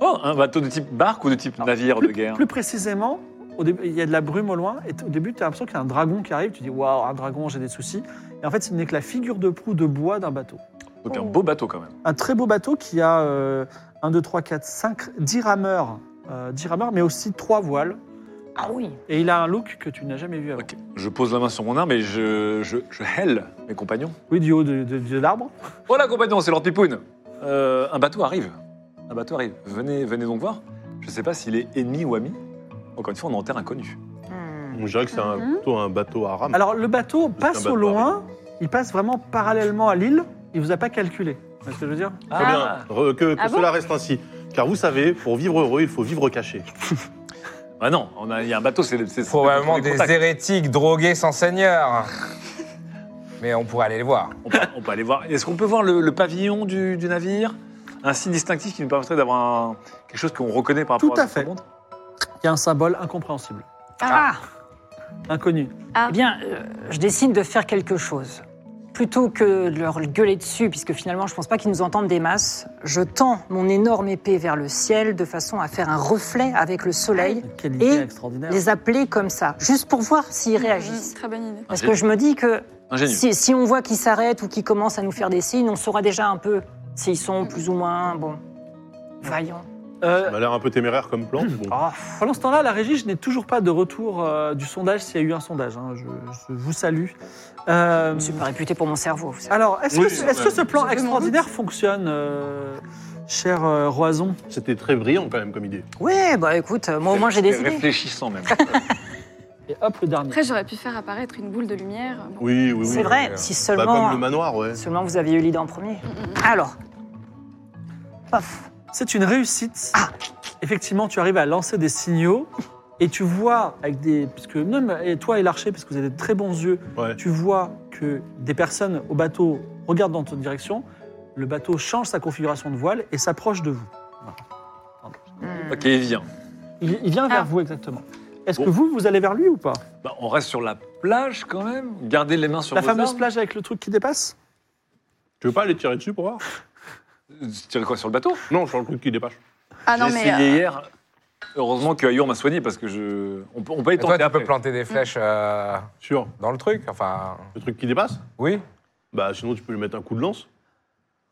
Oh, un bateau de type barque ou de type navire de Plus, guerre plus précisément, au début, il y a de la brume au loin. Et t- au début, tu as l'impression qu'il y a un dragon qui arrive. Tu dis, waouh, un dragon, j'ai des soucis. Et en fait, ce n'est que la figure de proue de bois d'un bateau. Donc un beau bateau quand même. Un très beau bateau qui a euh, 1, 2, 3, 4, 5, 10 rameurs. euh, 10 rameurs, mais aussi trois voiles. Ah oui. Et il a un look que tu n'as jamais vu avant. Ok. Je pose la main sur mon arme et je, je, je hèle mes compagnons. Oui, du haut de, de- de l'arbre. Voilà compagnon, c'est Lord Pipoun. Euh, un bateau arrive. Un bateau arrive. Venez, venez donc voir. Je ne sais pas s'il est ennemi ou ami. Encore une fois, on est en terre inconnue. Hmm. On dirait que c'est un- Mhm. plutôt un bateau à rame. Alors le bateau passe Hmm. bateau au loin, il passe vraiment parallèlement à l'île, il vous a pas calculé. C'est ce que je veux dire Très bien, Re- Euh, que, que Ah bon cela reste ainsi. Car vous savez, pour vivre heureux, il faut vivre caché. Ah non, on a- il y a un bateau, c'est c'est- c'est- Probablement c'est- des contacts. hérétiques drogués sans seigneur. Mais on pourrait aller les voir. On peut, on peut aller voir. Est-ce qu'on peut voir le, le pavillon du, du navire Un signe distinctif qui nous permettrait d'avoir un- quelque chose qu'on reconnaît par rapport Tout à à notre fait. monde Il y a un symbole incompréhensible, Ah. inconnu. Eh bien, euh, je décide de faire quelque chose. Plutôt que de leur gueuler dessus, puisque finalement je pense pas qu'ils nous entendent des masses, je tends mon énorme épée vers le ciel de façon à faire un reflet avec le soleil, Quelle idée Et extraordinaire. les appeler comme ça, juste pour voir s'ils Mm, réagissent. Très bonne idée. Parce que je me dis que Ingénieux. si, si on voit qu'ils s'arrêtent ou qu'ils commencent à nous faire des signes, on saura déjà un peu s'ils sont plus ou moins, bon, vaillants. Euh, Ça m'a l'air un peu téméraire comme plan. mais bon. ah, pendant ce temps-là, la régie, je n'ai toujours pas de retour euh, du sondage s'il y a eu un sondage. hein. Je, je vous salue. Euh, Je suis pas réputé pour mon cerveau, vous savez. alors, est-ce Oui, que, ce- est-ce que ce plan Vous avez mon extraordinaire fonctionne, euh, cher euh, Roison C'était très brillant quand même comme idée. Ouais, bah écoute, moi au moins j'ai des idées. Réfléchissant même. Et hop, le dernier. Après, j'aurais pu faire apparaître une boule de lumière. Bon. Oui, oui, oui. C'est vrai, si Bah, seulement... comme le manoir, ouais. Seulement vous aviez eu l'idée en premier. Alors. Paf. C'est une réussite. Effectivement, tu arrives à lancer des signaux et tu vois avec des parce que même et toi et l'archer parce que vous avez de très bons yeux, Ouais. tu vois que des personnes au bateau regardent dans ton direction. Le bateau change sa configuration de voile et s'approche de vous. hmm, ok, il vient. Il, il vient vers Ah. vous exactement. Est-ce que Bon. vous vous allez vers lui ou pas Bah, on reste sur la plage quand même. Gardez les mains sur La vos fameuse armes. plage avec le truc qui dépasse Tu veux pas aller tirer dessus pour voir Euh, Tirer quoi sur le bateau Non, sur le truc qui dépasse. Ah non, J'ai mais. essayé euh, hier. Heureusement que Ayur m'a soigné parce que je. On peut, on peut y Et toi, tenter tu peux après. planter des flèches euh, Sûr. dans le truc. Enfin, Le truc qui dépasse oui. Bah sinon tu peux lui mettre un coup de lance.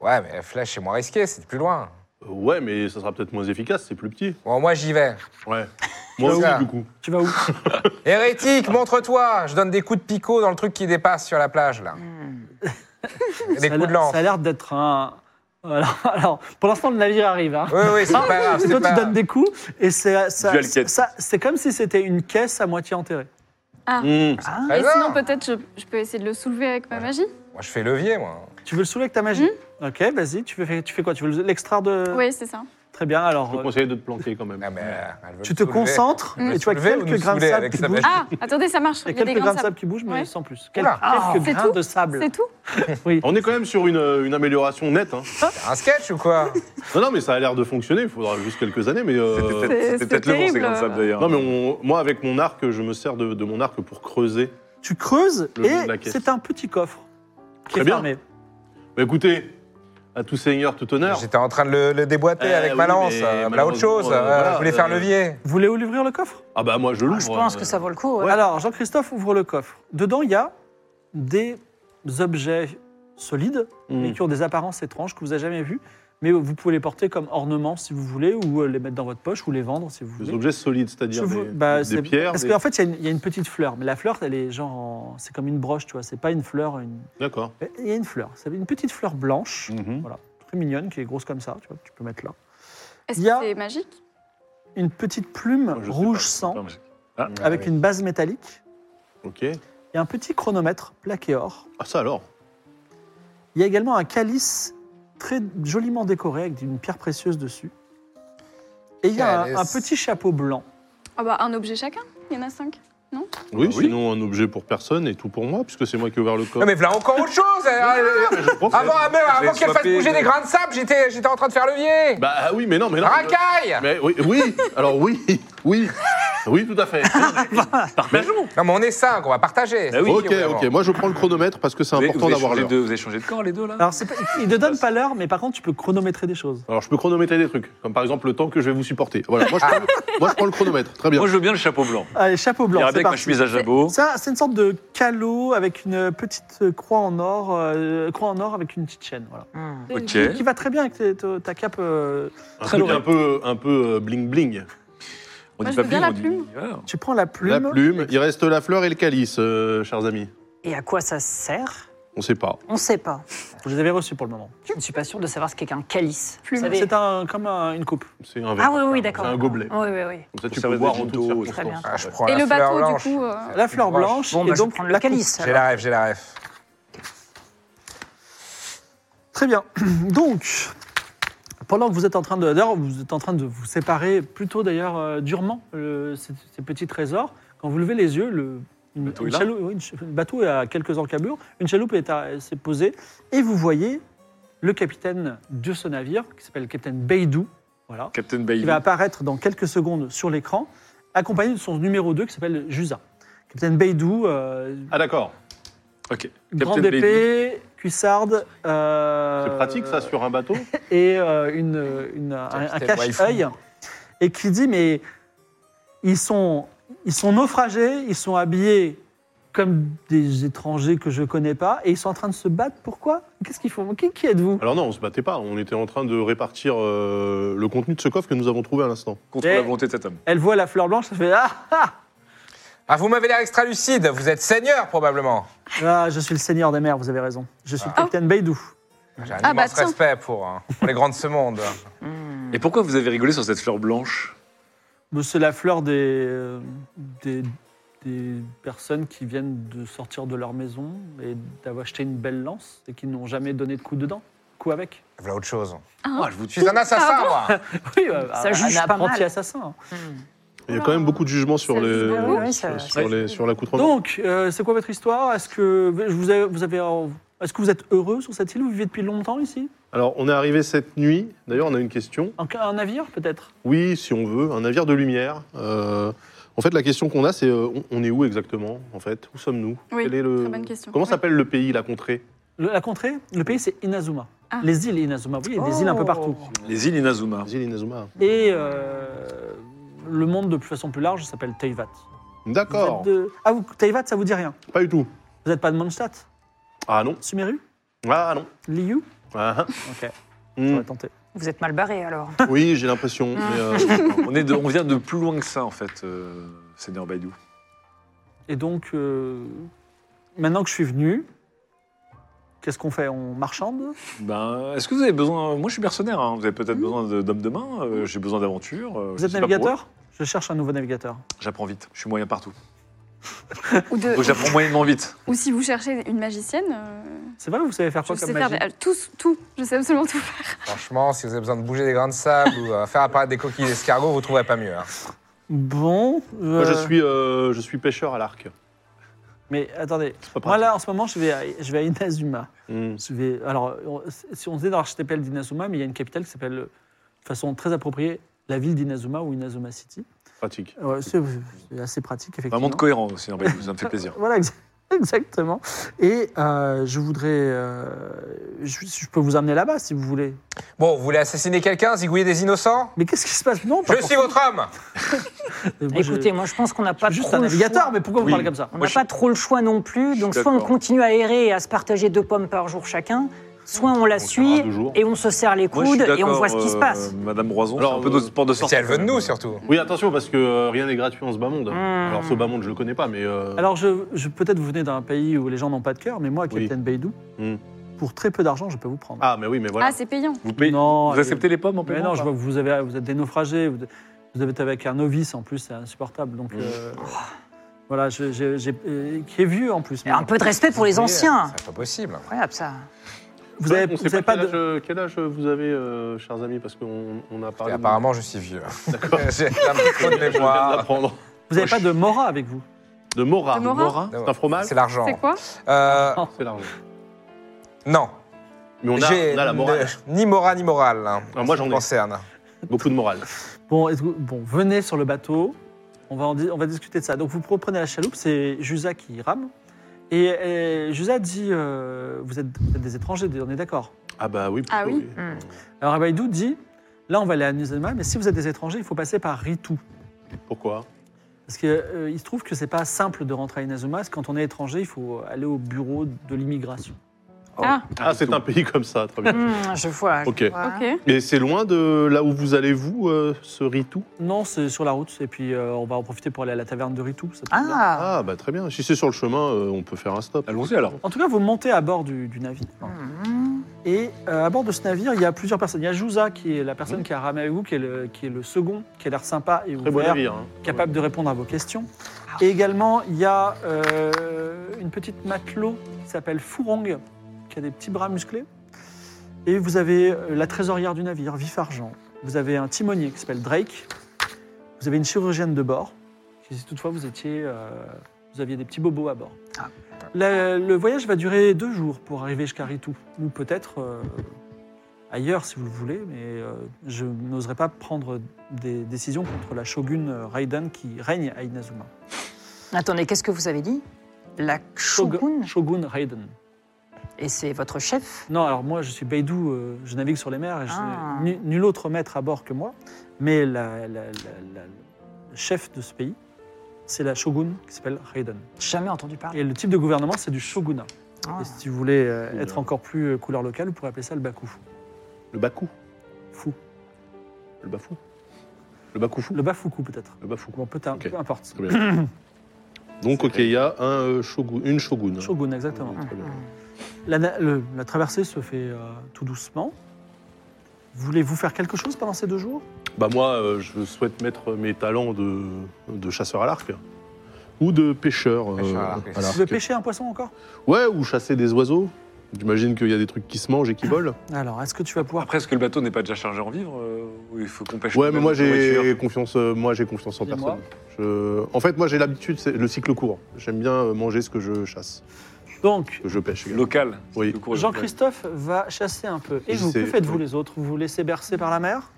Ouais, mais la flèche, c'est moins risqué, c'est plus loin. Euh, ouais, mais ça sera peut-être moins efficace, c'est plus petit. Bon, moi, j'y vais. Ouais. Moi C'est ça. aussi du coup. Tu vas où Hérétique, montre-toi Je donne des coups de picot dans le truc qui dépasse sur la plage, là. Ça Des a coups l'air- de lance. Hmm. Ça a l'air d'être un. Alors, alors, pour l'instant, le navire arrive. hein. Oui, oui, c'est pas grave. Toi, Ah, c'est tu pas- donnes des coups et c'est ça- Dual quête. ça- c'est comme si c'était une caisse à moitié enterrée. Mmh. Très euh, Et bien. sinon, peut-être, je, je peux essayer de le soulever avec ma magie Bah Moi, je fais levier, moi. Tu veux le soulever avec ta magie Ok, vas-y, tu fais, tu fais quoi Tu veux l'extraire de... Hmm Oui, c'est ça. Très bien, Je alors te euh, conseille de te planquer quand même. Non, Ah, mais elle veut tu me te soulever. concentres Elle veut et tu vois soulever ou quelques nous grains de soulever sable avec qui sa bougent. magie Ah, attendez, ça marche. Il y a Il y a des quelques grains grands de sables. sable qui bougent, mais Ouais. Ah, sans plus. Quel- Oula. Quelques C'est grains tout de sable. C'est tout On est quand même sur une, euh, une amélioration nette. hein. Un sketch ou quoi Non, non, mais ça a l'air de fonctionner. Il faudra juste quelques années, mais. euh, C'était peut-être- C'est- C'était c'est peut-être le bon, c'est terrible. comme ça d'ailleurs. Non, mais on- moi, avec mon arc, je me sers de, de mon arc pour creuser. Tu creuses Le bout de la et caisse. c'est un petit coffre qui Très est bien. fermé. Bah, écoutez, À tout seigneur, tout honneur. J'étais en train de le, le déboîter Eh avec oui, ma lance. mais euh, voilà autre chose. malheureusement, euh, euh, voilà, je voulais faire euh, levier. Vous voulez ouvrir le coffre Ah bah moi je l'ouvre. Je pense euh. que ça vaut le coup. ouais. Alors, Jean-Christophe ouvre le coffre. Dedans, il y a des objets solides, mais Mm. qui ont des apparences étranges que vous n'avez jamais vues. Mais vous pouvez les porter comme ornements si vous voulez, ou euh, les mettre dans votre poche, ou les vendre si vous Des voulez. objets solides, Je c'est-à-dire vous- des, bah, des c'est- pierres. Parce des- qu'en fait, il y a une- il y, a une petite fleur, mais la fleur, elle est genre. en- C'est comme une broche, tu vois, c'est pas une fleur. une- D'accord. Il y a une fleur. C'est une petite fleur blanche, Mhm. voilà, très mignonne, qui est grosse comme ça, tu vois, tu peux mettre là. Est-ce Il y a- que c'est magique Une petite plume je sais rouge pas, sang, Attends, mais- avec Ah oui. une base métallique, Ok. et un petit chronomètre plaqué or. Ah ça alors. Il y a également un calice très joliment décoré avec une pierre précieuse dessus. Et il y a un, Calice. un petit chapeau blanc. Ah bah un objet chacun, il y en a cinq. Oui, Bah oui. Ah, sinon un objet pour personne et tout pour moi, puisque c'est moi qui ai ouvert le coffre. Non, mais voilà encore autre chose. euh, euh, Je profite. Avant, avant, J'ai avant qu'elle fasse swappé, bouger mais- des grains de sable, j'étais j'étais en train de faire levier. Bah ah oui, mais non, mais non. je- Racaille Mais oui, oui, alors oui, oui, oui, tout à fait. Non, mais on est cinq, on va partager. Bah Ah oui. ok, ok. Moi, je prends le chronomètre parce que c'est Vous avez- important vous avez d'avoir changé l'heure. de- Vous avez changé de corps, les deux, là Alors, c'est pas- il ne donne pas l'heure, mais par contre, tu peux chronométrer des choses. Alors, je peux chronométrer des trucs, comme par exemple le temps que je vais vous supporter. Voilà, moi, je prends, le- moi, je prends le chronomètre. Très bien. Ah. Moi, je veux bien le chapeau blanc. Allez, chapeau Il blanc, irait bien c'est avec ma parti. chemise à jabot. Ça, c'est une sorte de calot avec une petite croix en or, euh, croix en or avec une petite chaîne, voilà. Hmm. Ok. Qui va très bien avec tes- ta, ta cape. euh, Un Très truc loin. un peu, un peu euh, bling bling. On Moi, dit pas je veux bien plus, la on dit- plume. Voilà. tu prends la plume. La plume. Il reste la fleur et le calice, euh, chers amis. Et à quoi ça sert On sait pas. On ne sait pas. Vous les avez reçues pour le moment. Je ne suis pas sûr de savoir ce qu'est qu'un calice. Plume. Vous savez- C'est un, comme un- une coupe. C'est un verre. Ah oui, oui, d'accord. C'est un gobelet. Oui, oui, oui. Comme ça, tu Ça peux reste boire des en gin toute tonic. Très bien. circonstance. Ah, je prends Et la le fleur bateau, blanche. du coup. euh, La fleur Bon, blanche Bon, et bah, je vais donc prendre le la coupe. calice. J'ai la rêve, j'ai la rêve. Très bien. Donc, pendant que vous êtes en train de, d'ailleurs, vous êtes en train de vous séparer plutôt d'ailleurs euh, durement euh, ces, ces petits trésors. Quand vous levez les yeux, le une- bateau une est là chaloupe- oui, une ch- le bateau est à quelques encablures. Une chaloupe est à- s'est posée et vous voyez le capitaine de ce navire qui s'appelle le capitaine Beidou, voilà, Captain qui Bailey. va apparaître dans quelques secondes sur l'écran, accompagné de son numéro 2 qui s'appelle Jusa. Capitaine Beidou, euh, Ah d'accord. Ok. Captain grande Bailey. épée, cuissarde. euh, C'est pratique ça sur un bateau. et euh, une, une- un, un Capitaine cache-œil, Waifu. et qui dit mais ils sont, ils sont naufragés, ils sont habillés comme des étrangers que je connais pas, et ils sont en train de se battre. Pourquoi Qu'est-ce qu'ils font Qui, qui êtes-vous Alors non, on se battait pas. On était en train de répartir euh, le contenu de ce coffre que nous avons trouvé à l'instant. Contre Eh. la volonté de cet homme. Elle voit la fleur blanche, elle fait ah, ah, Ah, vous m'avez l'air extra lucide, vous êtes seigneur probablement. Ah, je suis le seigneur des mers, vous avez raison. Je suis le Ah. capitaine Beidou. J'ai un Ah, immense bah, tiens. respect pour, hein, pour les grands de ce monde. Et pourquoi vous avez rigolé sur cette fleur blanche Mais C'est la fleur des, euh, des, des personnes qui viennent de sortir de leur maison et d'avoir acheté une belle lance et qui n'ont jamais donné de coup dedans, coup avec. Voilà autre chose. Ah, je vous Je suis un assassin, moi. Oui, euh, Ça un- juge un pas apprenti mal. assassin. Il y a quand même beaucoup de jugements sur Ah. Ça les, se voit, oui, ça- sur, sur les, sur l'accoutrement. Donc, euh, c'est quoi votre histoire Est-ce que vous avez, vous avez euh, est-ce que vous êtes heureux sur cette île Vous vivez depuis longtemps ici Alors, on est arrivé cette nuit. D'ailleurs, on a une question. un, un navire peut-être Oui, si on veut, un navire de lumière. Euh, en fait, la question qu'on a, c'est euh, on- on est où exactement En fait, où sommes-nous Oui, est le... très bonne question. Comment Oui. s'appelle le pays, la contrée Le- La contrée, le pays, c'est Inazuma. Ah. Les îles Inazuma. Oui, il y a des îles un peu partout. Les îles Inazuma. Les îles Inazuma. Et euh, le monde de façon plus large s'appelle Teivat. Vous D'accord, êtes de- Ah, vous, Teivat, ça vous dit rien pas du tout. Vous n'êtes pas de Mondstadt Ah non, Sumeru ah non. Liu Ah, ah. Ok, on Hmm. va Ah. tenter. Vous êtes mal barré alors. Oui, j'ai l'impression. mais, euh, On, est de- on vient de plus loin que ça, en fait, euh, Seigneur Baidou. Et donc, euh, maintenant que je suis venu, qu'est-ce qu'on fait On marchande Ben, est-ce que vous avez besoin. Moi, je suis mercenaire, hein. vous avez peut-être besoin de- d'hommes de main, euh, j'ai besoin d'aventures. euh, Hmm. Vous je êtes sais pas pour navigateur Je cherche un nouveau navigateur. eux. J'apprends vite, je suis moyen partout. Ou, de- Donc, j'apprends moyennement vite. ou si vous cherchez une magicienne, euh, C'est vrai, vous savez faire je quoi sais comme faire magie des- tout, tout. Je sais absolument tout. Franchement, si vous avez besoin de bouger des grains de sable ou euh, faire apparaître des coquilles d'escargot, vous ne trouverez pas mieux. hein. Bon. euh, Moi, je suis, euh, je suis pêcheur à l'arc. Mais attendez, C'est pas moi pratique. là en ce moment je vais à, je vais à Inazuma. Hmm. Je vais, alors, on- si on est dans l'archipel d'Inazuma, mais il y a une capitale qui s'appelle, de façon très appropriée, la ville d'Inazuma ou Inazuma City. Pratique. Ouais, c'est c'est assez pratique, effectivement. Vraiment de cohérent, Seigneur Baidou, ça me fait plaisir. Voilà, ex- Exactement. Et euh, je voudrais. euh, je, je peux vous amener là-bas si vous voulez. Bon, vous voulez assassiner quelqu'un, zigouiller des innocents Mais qu'est-ce qui se passe Non, Je suis votre homme Écoutez, moi je pense qu'on n'a pas juste trop un le navigateur, choix. mais pourquoi vous Oui. parlez comme ça On Moi, n'a je- pas trop le choix non plus, donc soit on d'accord. continue à errer et à se partager deux pommes par jour chacun, soit on la suit et on se serre les Moi, je suis coudes et on d'accord, voit ce qui se euh, passe. Madame Roison, c'est Alors, un peu notre euh, sport de si sortie. elle veut de quand même. nous, surtout. Oui, attention, parce que euh, rien n'est gratuit en ce bas monde. Alors, ce bas monde, je le connais pas, mais. euh, Hmm. Alors, je, je- peut-être vous venez d'un pays où les gens n'ont pas de cœur, mais moi, Capitaine Beidou, hmm. pour très peu d'argent, je peux vous prendre. Ah, mais oui, mais voilà. Ah, c'est payant. Vous, payez- Non, vous acceptez les pommes en Mais paiement non, ou je pas vois que vous, avez, vous êtes des naufragés, vous, vous avez été avec un novice en plus, c'est insupportable. Hmm. Donc, euh, voilà, je- je- j'ai- euh, qui est vieux en plus. un peu de respect pour euh, les anciens. C'est pas possible. Incroyable ça. Vous avez, On vous sait avez pas, pas quel, de. âge, quel âge vous avez, euh, chers amis, parce qu'on on a Et parlé. de- apparemment, je suis vieux. D'accord. J'ai un peu trop de Je viens de mémoire. l'apprendre. Vous avez pas de Mora avec vous De Mora. De Mora C'est un fromage C'est l'argent. C'est quoi Euh, Non. C'est l'argent. non. Mais on a, J'ai on a la morale. ne- Ni morale, ni morale. hein, Ah, moi, ça j'en me ai. concerne. Beaucoup de morale. Bon, est-ce que- bon, venez sur le bateau, on va, en di- on va discuter de ça. Donc vous reprenez la chaloupe, c'est Jusa qui rame. Et, euh, Jusa dit euh, vous, êtes, vous êtes des étrangers, on est d'accord Ah, bah oui. Ah plutôt, oui. Alors Abaïdou dit là, on va aller à Nizema, mais si vous êtes des étrangers, il faut passer par Ritu. Pourquoi Parce qu'il se trouve que c'est pas simple de rentrer à Inazuma. parce que Quand on est étranger, il faut aller au bureau de l'immigration. Ah, c'est un pays comme ça, très bien. Hmm, je vois. je Ok. vois. Ok. Et c'est loin de là où vous allez, vous, euh, ce Ritu Non, c'est sur la route. Et puis euh, on va en profiter pour aller à la taverne de Ritu. ça tombe bien. Ah, Ah, bah très bien. Si c'est sur le chemin, euh, on peut faire un stop. Allons-y alors. En tout cas, vous montez à bord du, du navire. Hmm. Et euh, à bord de ce navire, il y a plusieurs personnes. Il y a Jouza, qui est la personne qui a ramé avec vous, qui est le, qui est le second, qui a l'air sympa et Très bon ouvert, navire. hein. capable de répondre à vos questions. Et également, il y a euh, une petite matelot qui s'appelle Fourong, qui a des petits bras musclés. Et vous avez euh, la trésorière du navire, Vif Argent. Vous avez un timonier qui s'appelle Drake. Vous avez une chirurgienne de bord, qui, si toutefois vous étiez, euh, vous aviez des petits bobos à bord. La- le voyage va durer deux jours pour arriver jusqu'à Ritu, ou peut-être euh, ailleurs si vous le voulez, mais euh, je n'oserais pas prendre des décisions contre la shogun euh, Raiden qui règne à Inazuma. Attendez, qu'est-ce que vous avez dit La Shog- shogun Shogun Raiden. Et c'est votre chef Non, alors moi je suis Beidou, euh, je navigue sur les mers et je- Ah. nu- nul autre maître à bord que moi, mais la- la- la- la- la- le chef de ce pays, c'est la shogun qui s'appelle Raiden. Jamais entendu parler. Et le type de gouvernement, c'est du shogunat. Ah. Et si vous voulez euh, Shogunat. être encore plus euh, couleur locale, vous pourrez appeler ça le Bakufu. Le Baku. Fou. Le Bafou. Le Bakufu. Le Bafuku peut-être. Le Bafou. Bon, peut-être, Ok. peu importe. Très bien. Donc, ok, il y a un, euh, shogun, une shogun. hein. Shogun, exactement. Très bien. La, na- le- la traversée se fait euh, tout doucement. Voulez-vous faire quelque chose pendant ces deux jours Bah moi, euh, je souhaite mettre mes talents de, de chasseur à l'arc ou de pêcheur. euh, Pêcheur à l'arc, oui. à l'arc. Vous veux pêcher un poisson encore Ouais, ou chasser des oiseaux. J'imagine qu'il y a des trucs qui se mangent et qui volent. Alors, est-ce que tu vas pouvoir... Après, est-ce que le bateau n'est pas déjà chargé en vivres euh, ou il faut qu'on pêche Ouais, mais moi nous-mêmes notre j'ai voiture confiance. euh, Moi j'ai confiance en Dis-moi. personne. Je- En fait, moi j'ai l'habitude, c'est le cycle court. J'aime bien euh, manger ce que je chasse, Ah. Donc, que je pêche. également. Local. Oui. Le cours est local. Jean-Christophe va chasser un peu. Et Je vous, sais, que faites-vous oui. les autres Vous vous laissez bercer par la mer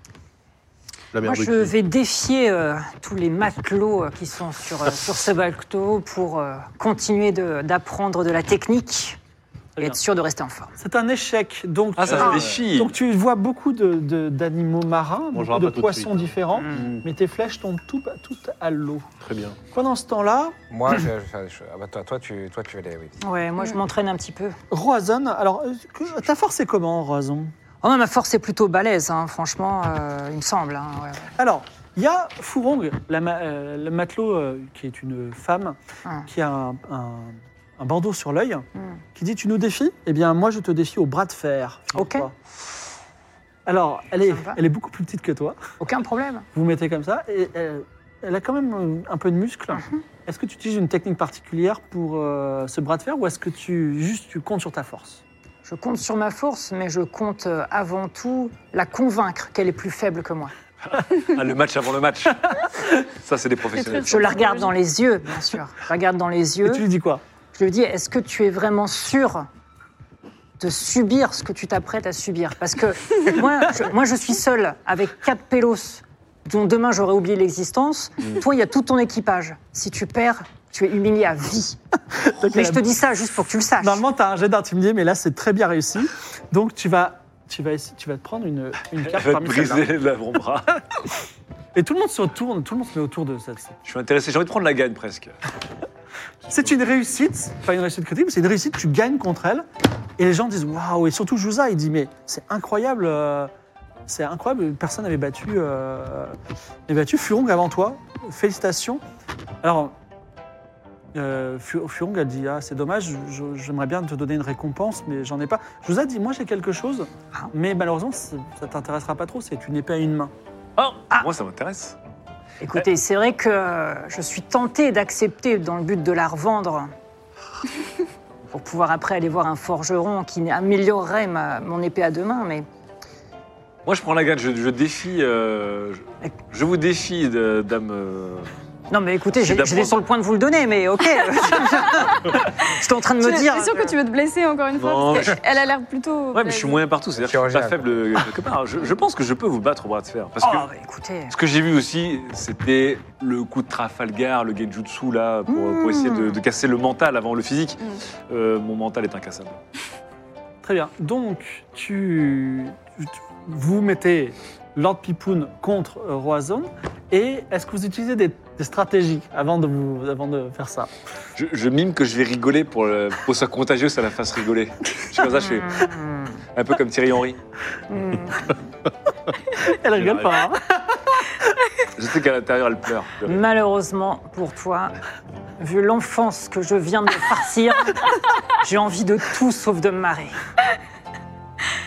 La Moi, merde. je vais défier euh, tous les matelots euh, qui sont sur, euh, sur ce bateau pour euh, continuer de- d'apprendre de, la technique Très et bien. être sûr de rester en forme. C'est un échec. Donc, Ah, ça tu- fait des chilles. donc tu vois beaucoup d'animaux de, d'animaux marins, beaucoup Mangera de pas tout de poissons suite. hein. différents, Mm. mais tes flèches tombent tout- toutes à l'eau. Très bien. Pendant ce temps-là, Moi, je, je vais faire des choses. Ah bah, toi, toi, tu, toi, tu vas les. Oui. Ouais, moi, je m'entraîne un petit peu. Roazhon, alors, euh, que- ta force est comment, Roazhon Oh, non, ma force est plutôt balèze, hein, franchement, euh, il me semble. hein, ouais, ouais. Alors, il y a Fourong, la, ma- euh, la matelot, euh, qui est une femme, Ah. qui a un, un- un bandeau sur l'œil, Hmm. qui dit Tu nous défies Eh bien, moi, je te défie au bras de fer. figure-toi. Ok. Alors, elle est, Ça me va. elle est beaucoup plus petite que toi. Aucun problème. Vous mettez comme ça, et elle, elle a quand même euh, un peu de muscle. Est-ce que tu utilises une technique particulière pour euh, ce bras de fer, ou est-ce que tu juste tu comptes sur ta force Je compte sur ma force, mais je compte euh, avant tout la convaincre qu'elle est plus faible que moi. Ah, le match avant le match. ça, c'est des professionnels. Je la regarde dans les yeux, bien sûr. Je la regarde dans les Et yeux. tu lui dis quoi Je lui dis, est-ce que tu es vraiment sûr de subir ce que tu t'apprêtes à subir Parce que moi, je, moi, je suis seul avec quatre pélos dont demain j'aurai oublié l'existence. Toi, il y a tout ton équipage. Si tu perds, Tu es humilié à vie. Mais je te dis ça juste pour que tu le saches. Normalement, tu as un jet d'intimidé, mais là, c'est très bien réussi. Donc, tu vas, tu vas, essayer- tu vas te prendre une, une Elle carte va te parmi celles-là. briser l'avant-bras. Et tout le monde se retourne, tout le monde se met autour de ça. Je suis intéressé, j'ai envie de prendre la gagne presque. C'est une réussite, pas une réussite critique, mais c'est une réussite, tu gagnes contre elle. Et les gens disent waouh, et surtout Jouza, il dit mais c'est incroyable, euh, c'est incroyable, personne n'avait battu, euh, n'avait battu Furong avant toi, félicitations. Alors, euh, Fu- Furong a dit ah, c'est dommage, je- j'aimerais bien te donner une récompense, mais j'en ai pas. Jouza dit moi j'ai quelque chose, mais malheureusement ça ça t'intéressera pas trop, c'est une épée à une main. Oh, moi ça m'intéresse. Écoutez, c'est vrai que euh, je suis tenté d'accepter dans le but de la revendre pour pouvoir après aller voir un forgeron qui améliorerait ma- mon épée à deux mains, mais Moi je prends la gagne, je, je défie. euh, je, je vous défie, de- dame. euh, Non, mais écoutez, Merci j'ai- d'apprendre. j'étais sur le point de vous le donner, mais ok. J'étais en train de me Je- dire. euh, Je suis sûre que tu veux te blesser encore une fois. Non, parce que je- Elle a l'air plutôt. Ouais, mais je suis moyen partout, c'est-à-dire que je suis pas faible euh, quelque part. Je, je pense que je peux vous battre au bras de fer. Parce que Oh, bah, écoutez. ce que j'ai vu aussi, c'était le coup de Trafalgar, le genjutsu là, pour, pour essayer de, de casser le mental avant le physique. Euh, mon mental est incassable. Très bien. Donc, tu, tu- vous mettez Lord Pipoon contre euh, Roazhon. Et est-ce que vous utilisez des, des stratégies avant de, vous, avant de faire ça Je, je mime que je vais rigoler pour, le- pour que ce soit contagieux, ça la fasse rigoler. Je suis comme ça, je fais un peu comme Thierry Henry. Mm, Elle rigole pas. hein Je sais qu'à l'intérieur, elle pleure. Malheureusement pour toi, vu l'enfance que je viens de me farcir, j'ai envie de tout sauf de me marrer.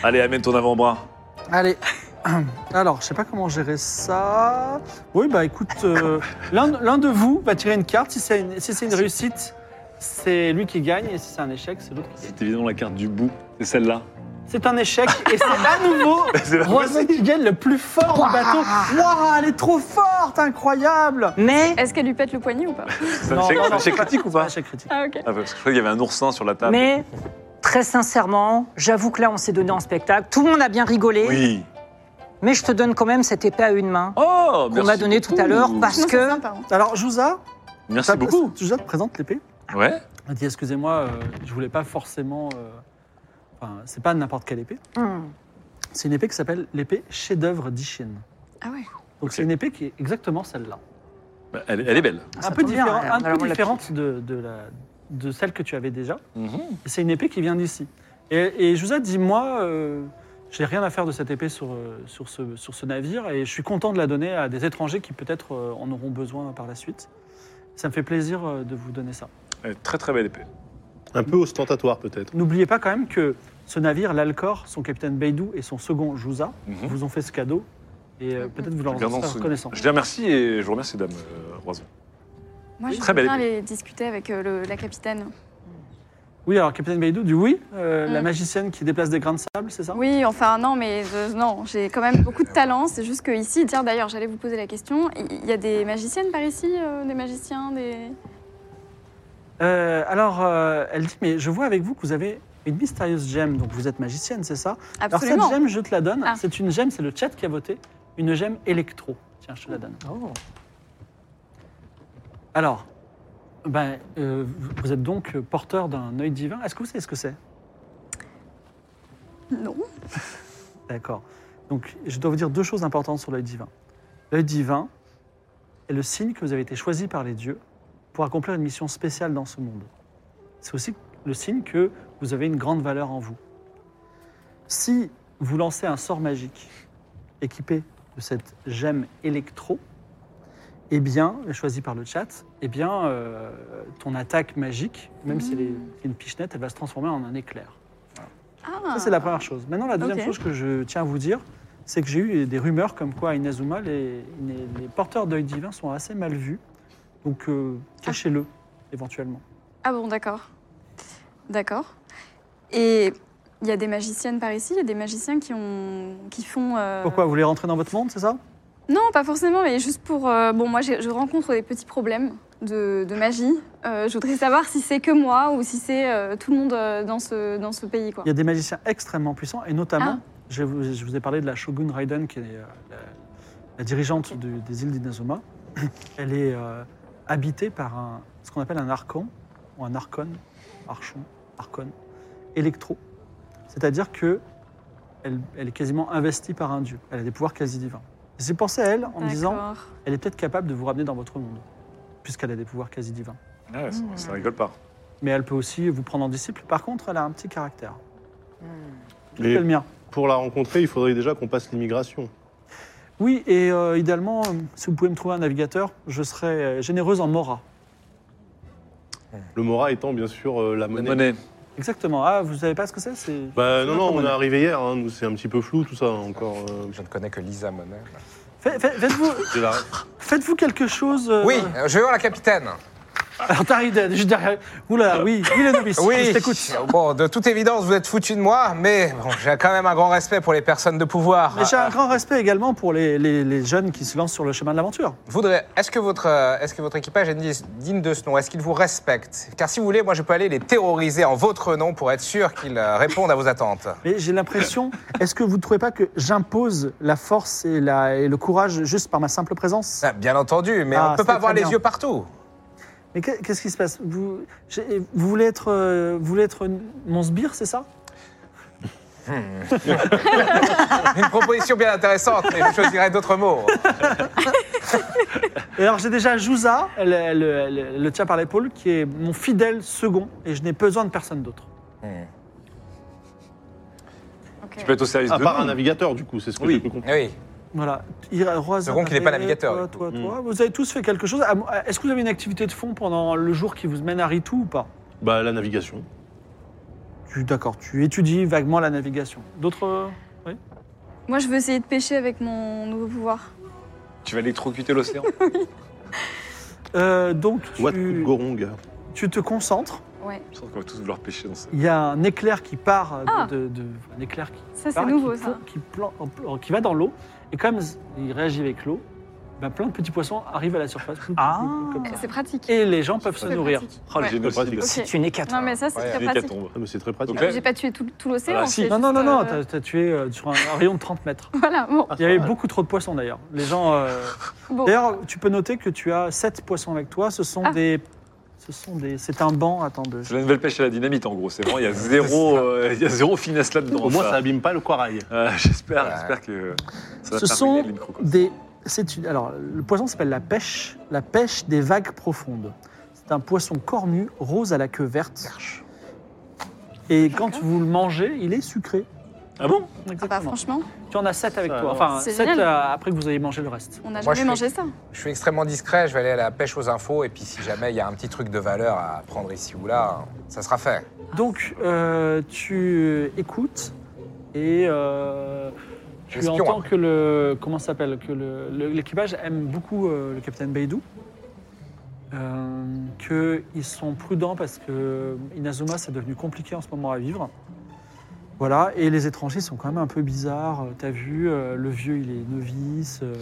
Allez, amène ton avant-bras. Allez. Alors, je sais pas comment gérer ça. Oui, bah écoute, euh, l'un l'un de vous va tirer une carte. Si c'est une, si c'est une réussite, c'est lui qui gagne. Et si c'est un échec, c'est l'autre qui gagne. C'est évidemment la carte du bout, c'est celle-là. C'est un échec. Et c'est à nouveau C'est Oh, la Roazhon qui gagne le plus fort au bateau. Waouh, elle est trop forte, incroyable Mais. Est-ce qu'elle lui pète le poignet ou pas C'est un échec, c'est un échec critique ou pas Ah, ok. Ah, parce que je croyais qu'il y avait un oursin sur la table. Mais très sincèrement, j'avoue que là, on s'est donné en spectacle. Tout le monde a bien rigolé. Oui. Mais je te donne quand même cette épée à une main oh, qu'on m'a donnée tout à l'heure parce que. Alors, Jouza, Merci beaucoup. Jouza te présente l'épée. Ouais. Elle dit excusez-moi, euh, je voulais pas forcément. euh, Enfin, c'est pas n'importe quelle épée. Hmm, C'est une épée qui s'appelle l'épée chef-d'œuvre d'Ishin. Ah ouais. Donc c'est une épée qui est exactement celle-là. Bah, Elle, elle est belle. Ah, un peu, hein. différent- un peu différente de, de la- de celle que tu avais déjà. Et C'est une épée qui vient d'ici. Et, et je vous ai dit, moi, euh, j'ai rien à faire de cette épée sur, euh, sur, ce, sur ce navire et je suis content de la donner à des étrangers qui peut-être euh, en auront besoin par la suite. Ça me fait plaisir euh, de vous donner ça. Elle est très très belle épée. Un peu ostentatoire peut-être. N'oubliez pas quand même que ce navire, l'Alcor, son capitaine Beidou et son second Jouza Mm-hmm. vous ont fait ce cadeau et euh, peut-être vous leur en Gardons serez Mhm. ce- reconnaissant. Je les remercie et je vous remercie, dame euh, Roison. Moi, je Très voudrais belle bien aller discuter avec euh, le- la capitaine. Oui, alors capitaine Beidou dit oui, euh, la Mm. magicienne qui déplace des grains de sable, c'est ça Oui, enfin, non, mais je- non, j'ai quand même beaucoup de talent. C'est juste que ici, tiens, d'ailleurs, j'allais vous poser la question. Il y a des magiciennes par ici euh, Des magiciens des... Euh, alors, euh, elle dit, mais je vois avec vous que vous avez une mystérieuse gemme, donc vous êtes magicienne, c'est ça Absolument. Alors cette gemme, je te la donne. Ah. C'est une gemme, c'est le chat qui a voté, une gemme électro. Tiens, je te la donne. Oh. Alors, ben, euh, vous- vous êtes donc porteur d'un œil divin. Est-ce que vous savez ce que c'est Non. D'accord. Donc, je dois vous dire deux choses importantes sur l'œil divin. L'œil divin est le signe que vous avez été choisi par les dieux pour accomplir une mission spéciale dans ce monde. C'est aussi le signe que vous avez une grande valeur en vous. Si vous lancez un sort magique équipé de cette gemme électro, eh bien, choisi par le chat, eh bien, euh, ton attaque magique, même si elle est c'est une pichenette, elle va se transformer en un éclair. Ah. Ça, c'est la première chose. Maintenant, la deuxième Ok. chose que je tiens à vous dire, c'est que j'ai eu des rumeurs comme quoi à Inazuma, les, les- les porteurs d'œil divin sont assez mal vus. Donc, euh, cachez-le, éventuellement. Ah bon, d'accord. D'accord. Et il y a des magiciennes par ici Il y a des magiciens qui, ont... qui font... euh, Pourquoi Vous voulez rentrer dans votre monde, c'est ça Non, pas forcément, mais juste pour... euh, Bon, moi, j'ai- je rencontre des petits problèmes de, de magie. Euh, je voudrais savoir si c'est que moi ou si c'est euh, tout le monde euh, dans, ce, dans ce pays, quoi. Il y a des magiciens extrêmement puissants, et notamment, Ah. je, vous, je vous ai parlé de la Shogun Raiden, qui est euh, la, la dirigeante du- des îles d'Inazuma. Elle est euh, habité par un, ce qu'on appelle un archon, ou un archon, archon, archon, électro. C'est-à-dire que elle, elle est quasiment investie par un dieu. Elle a des pouvoirs quasi divins. J'ai pensé à elle en me disant, D'accord. elle est peut-être capable de vous ramener dans votre monde, puisqu'elle a des pouvoirs quasi divins. Ouais, Ah, Mmh. ça, ça rigole pas. Mais elle peut aussi vous prendre en disciple. Par contre, elle a un petit caractère. Mais le mien. Pour la rencontrer, il faudrait déjà qu'on passe l'immigration. Oui, et euh, idéalement, euh, si vous pouvez me trouver un navigateur, je serais euh, généreuse en Mora. Le Mora étant bien sûr euh, la monnaie. Exactement. Ah, vous savez pas ce que c'est C'est- Bah, c'est non, notre non, on est monnaie. arrivé hier, hein, nous c'est un petit peu flou tout ça hein, encore. euh. Je ne connais que Lisa Monet. Fait- fait- Faites-vous faites-vous quelque chose. euh, Oui, euh, je vais voir la capitaine. Alors t'arrives de- juste derrière. Oula, oui, oui, les novices. Euh. Oui, Ah. je t'écoute. Bon, de toute évidence, vous êtes foutu de moi, mais bon, j'ai quand même un grand respect pour les personnes de pouvoir. Mais j'ai un grand respect également pour les, les- les jeunes qui se lancent sur le chemin de l'aventure. Voudrais- Est-ce que, votre, euh, est-ce que votre équipage est dis- digne de ce nom Est-ce qu'il vous respecte Car si vous voulez, moi je peux aller les terroriser en votre nom pour être sûr qu'ils euh, répondent à vos attentes. Mais j'ai l'impression, est-ce que vous ne trouvez pas que j'impose la force et, la- et le courage juste par ma simple présence Ah, Bien entendu, mais Ah, on ne peut c'est pas avoir très les bien. yeux partout. Mais que- qu'est-ce qui se passe vous, j'ai- vous voulez être, euh, vous voulez être mon sbire, c'est ça Une proposition bien intéressante, mais je choisirais d'autres mots. Et alors j'ai déjà Jouza, elle, elle- elle- elle le tient par l'épaule, qui est mon fidèle second, et je n'ai besoin de personne d'autre. Hmm. Tu peux être au service À de part nous. Ah, un navigateur, du coup, c'est ce que hein. Oui. j'ai cru comprendre. Oui. Voilà. Il- Rosa, Second qu'il n'est pas navigateur, Toi, du toi, toi. Vous avez tous fait quelque chose. Ah, Est-ce que vous avez une activité de fond pendant le jour qui vous mène à Ritu ou pas Bah, la navigation. Tu- D'accord, tu étudies vaguement la navigation. D'autres euh, Oui Moi, je veux essayer de pêcher avec mon nouveau pouvoir. Tu vas électrocuter l'océan. Euh, donc, What tu, Gorong tu te concentres. Ouais. Je pense qu'on va tous vouloir pêcher dans ça. Il y a un éclair qui part euh, de- Ah. de, de- un éclair qui Ça, c'est part, nouveau, qui, ça. pon- qui plan- en plan- qui va dans l'eau et comme il réagit avec l'eau, ben, plein de petits poissons arrivent à la surface. Ah. Comme ça. C'est pratique. Et les gens peuvent se très nourrir. pratique. Oh, le Ouais. génocide. Ok. C'est une hécatombe. Non, mais ça, c'est Ouais, très les pratique. hécatombes. Ah, mais c'est très pratique. Ok. J'ai pas tué tout, tout l'océan. Ah, si. c'est Non, non, non, juste, non, euh, t'as- t'as tué euh, sur un, un rayon de 30 mètres. Voilà, bon. Ah, Il y avait pas mal. beaucoup trop de poissons d'ailleurs. Les gens. euh, bon. D'ailleurs, tu peux noter que tu as 7 poissons avec toi. Ce sont Oh. Ah. des. Ce sont des. C'est un banc, attends. de- C'est la nouvelle pêche à la dynamite en gros, c'est vraiment, il y a zéro, euh, il y a zéro finesse là-dedans. Au moins, ça. ça abîme pas le corail. Euh, j'espère, Ouais. j'espère que ça va Ce faire sont briller les microcosmes. Des. C'est une- Alors, le poisson s'appelle la pêche. La pêche des vagues profondes. C'est un poisson cornu, rose à la queue verte. Et quand vous le mangez, il est sucré. Ah bon Ah bah, Exactement. franchement, tu en as 7 avec Ça, toi. alors. Enfin, C'est 7 génial. après que vous ayez mangé le reste. on n'a Moi, jamais je mangé ça. Je suis extrêmement discret, je vais aller à la pêche aux infos, et puis si jamais il y a un petit truc de valeur à prendre ici ou là, hein, ça sera fait. Donc, euh, tu écoutes et euh, tu Espion, entends après. que le comment ça s'appelle que le- le- l'équipage aime beaucoup euh, le capitaine Beidou, euh, que ils sont prudents parce que Inazuma c'est devenu compliqué en ce moment à vivre. Voilà, et les étrangers sont quand même un peu bizarres. Euh, T'as vu, euh, le vieux il est novice. euh,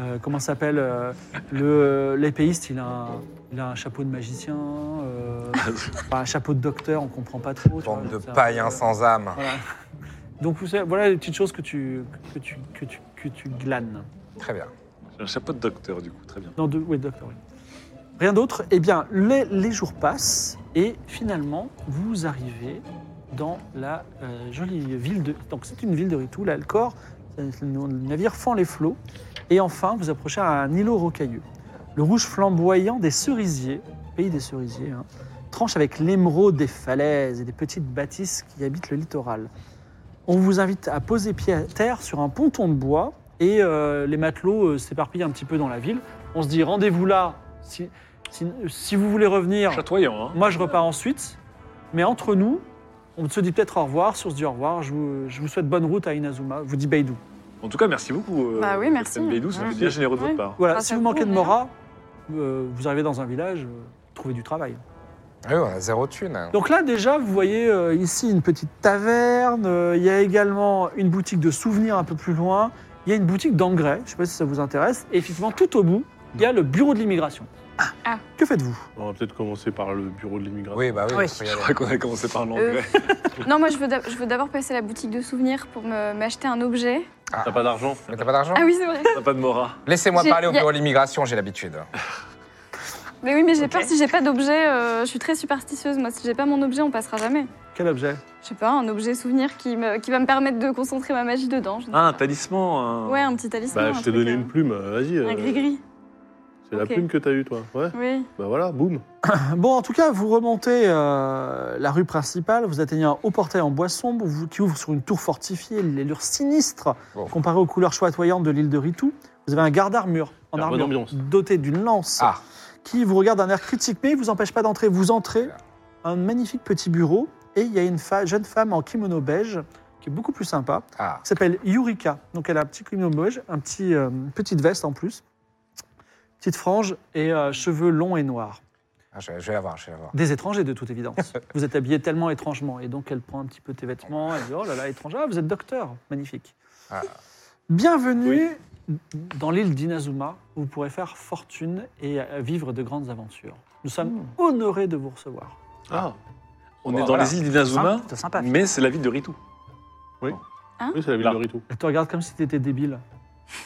euh, comment ça s'appelle euh, le l'épéiste il a un, il a un chapeau de magicien, euh, enfin, un chapeau de docteur, on comprend pas trop. tu vois, Bande de c'est un païens peu- sans âme. voilà. Donc vous savez, voilà les petites choses que tu, que tu, que tu, que tu glanes. Très bien. J'ai un chapeau de docteur du coup, très bien. Non, de, oui, docteur, oui. Rien d'autre. Eh bien, les, les jours passent et finalement, vous arrivez dans la euh, jolie ville de... Donc c'est une ville de Ritu, là, le corps, le navire fend les flots. Et enfin, vous approchez à un îlot rocailleux. Le rouge flamboyant des cerisiers, pays des cerisiers, hein, tranche avec l'émeraude des falaises et des petites bâtisses qui habitent le littoral. On vous invite à poser pied à terre sur un ponton de bois et euh, les matelots euh, s'éparpillent un petit peu dans la ville. On se dit rendez-vous là si, si, si vous voulez revenir. Chatoyant, hein Moi, je repars ensuite. Mais entre nous, on se dit peut-être au revoir. Si on se dit au revoir, je vous, je vous souhaite bonne route à Inazuma. Je vous dis Beidou. En tout cas, merci beaucoup. euh, Bah oui, merci. Capitaine Beydou, c'est Ouais. bien ah, généreux de Ouais. votre part. Voilà, Grâce si à vous vous, manquez de on est Mora, euh, vous arrivez dans un village, euh, trouvez du travail. Ah Oui, on a zéro thune. Donc là, déjà, vous voyez euh, ici une petite taverne. euh, Il y a également une boutique de souvenirs un peu plus loin. Il y a une boutique d'engrais. Je ne sais pas si ça vous intéresse. Et effectivement, tout au bout, il y a le bureau de l'immigration. Ah. Que faites-vous On va peut-être commencer par le bureau de l'immigration. Oui, bah oui, Oui. il faut y aller. Je crois qu'on a commencé par l'anglais. Euh, euh. Non, moi, je veux, d'ab- je veux d'abord passer à la boutique de souvenirs pour me- m'acheter un objet. T'as pas d'argent Mais t'as pas d'argent Ah oui, c'est vrai. T'as pas de Mora. Laissez-moi J'ai- parler au y a- Ah, bureau de l'immigration, j'ai l'habitude. Mais oui, mais j'ai peur si j'ai pas d'objet. euh, je suis très superstitieuse, moi. Si j'ai pas mon objet, on passera jamais. Quel objet Je sais pas, un objet souvenir qui, me- qui va me permettre de concentrer ma magie dedans. je ne sais Ah, un talisman. pas. un- Ouais, un petit talisman. Bah, un je t'ai truc, donné euh, une plume, euh, vas-y. euh, Un gris-gris. C'est la Ok. plume que t'as eue, toi. Ouais. Oui. Bah voilà, boum. Bon, en tout cas, vous remontez euh, la rue principale, vous atteignez un haut portail en bois sombre vous- qui ouvre sur une tour fortifiée, l'allure sinistre Bon. comparée aux couleurs chatoyantes de l'île de Ritou. Vous avez un garde armure en La bonne armure ambiance. doté d'une lance Ah. qui vous regarde d'un air critique, mais il vous empêche pas d'entrer. Vous entrez, un magnifique petit bureau, et il y a une fa- jeune femme en kimono beige qui est beaucoup plus sympa, Ah. qui s'appelle Yurika. Donc elle a un petit kimono beige, un petit, euh, petite veste en plus, petite frange et euh, cheveux longs et noirs. Ah, Je, je vais la voir, je vais la voir. Des étrangers, de toute évidence. vous êtes habillés tellement étrangement. Et donc, elle prend un petit peu tes vêtements. Elle dit Oh là là, étranger, ah, vous êtes docteur. Magnifique. Ah. Bienvenue dans l'île d'Inazuma. où Vous pourrez faire fortune et euh, vivre de grandes aventures. Nous sommes honorés de vous recevoir. Ah, On Bon, est dans voilà. les îles d'Inazuma, Sympa, sympa. mais c'est la ville de Ritu. oui, c'est la ville Là. de Ritou. Elle te regarde comme si tu étais débile.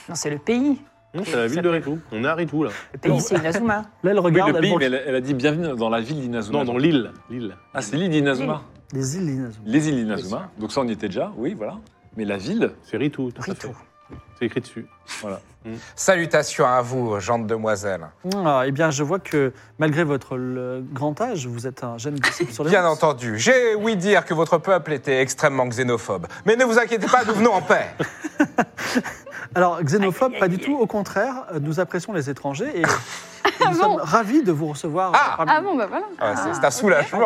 Non, c'est le pays. Non, c'est la ville de Ritou. On est à Ritou, là. Le pays, c'est Inazuma. Là, elle Oui, regarde. le elle pays, manque- mais elle, elle a dit bienvenue dans la ville d'Inazuma. Non, dans l'île. L'île. Ah, c'est l'île d'Inazuma. Les îles d'Inazuma. Les îles d'Inazuma. Donc ça, on y était déjà, oui, voilà. Mais la ville, C'est Ritou, tout à fait. Ritou. C'est écrit dessus. Salutations à vous, gentes demoiselles. Ah, eh bien, je vois que malgré votre le, grand âge, vous êtes un jeune disciple sur les Bien routes. entendu, j'ai ouï dire que votre peuple était extrêmement xénophobe. Mais ne vous inquiétez pas, nous venons en paix. Alors, xénophobe, pas du tout. Au contraire, euh, nous apprécions les étrangers et, et nous Ah bon sommes ravis de vous recevoir. euh, Ah. parmi Ah nous. bon, bah voilà. Ah, c'est c'est un soulagement.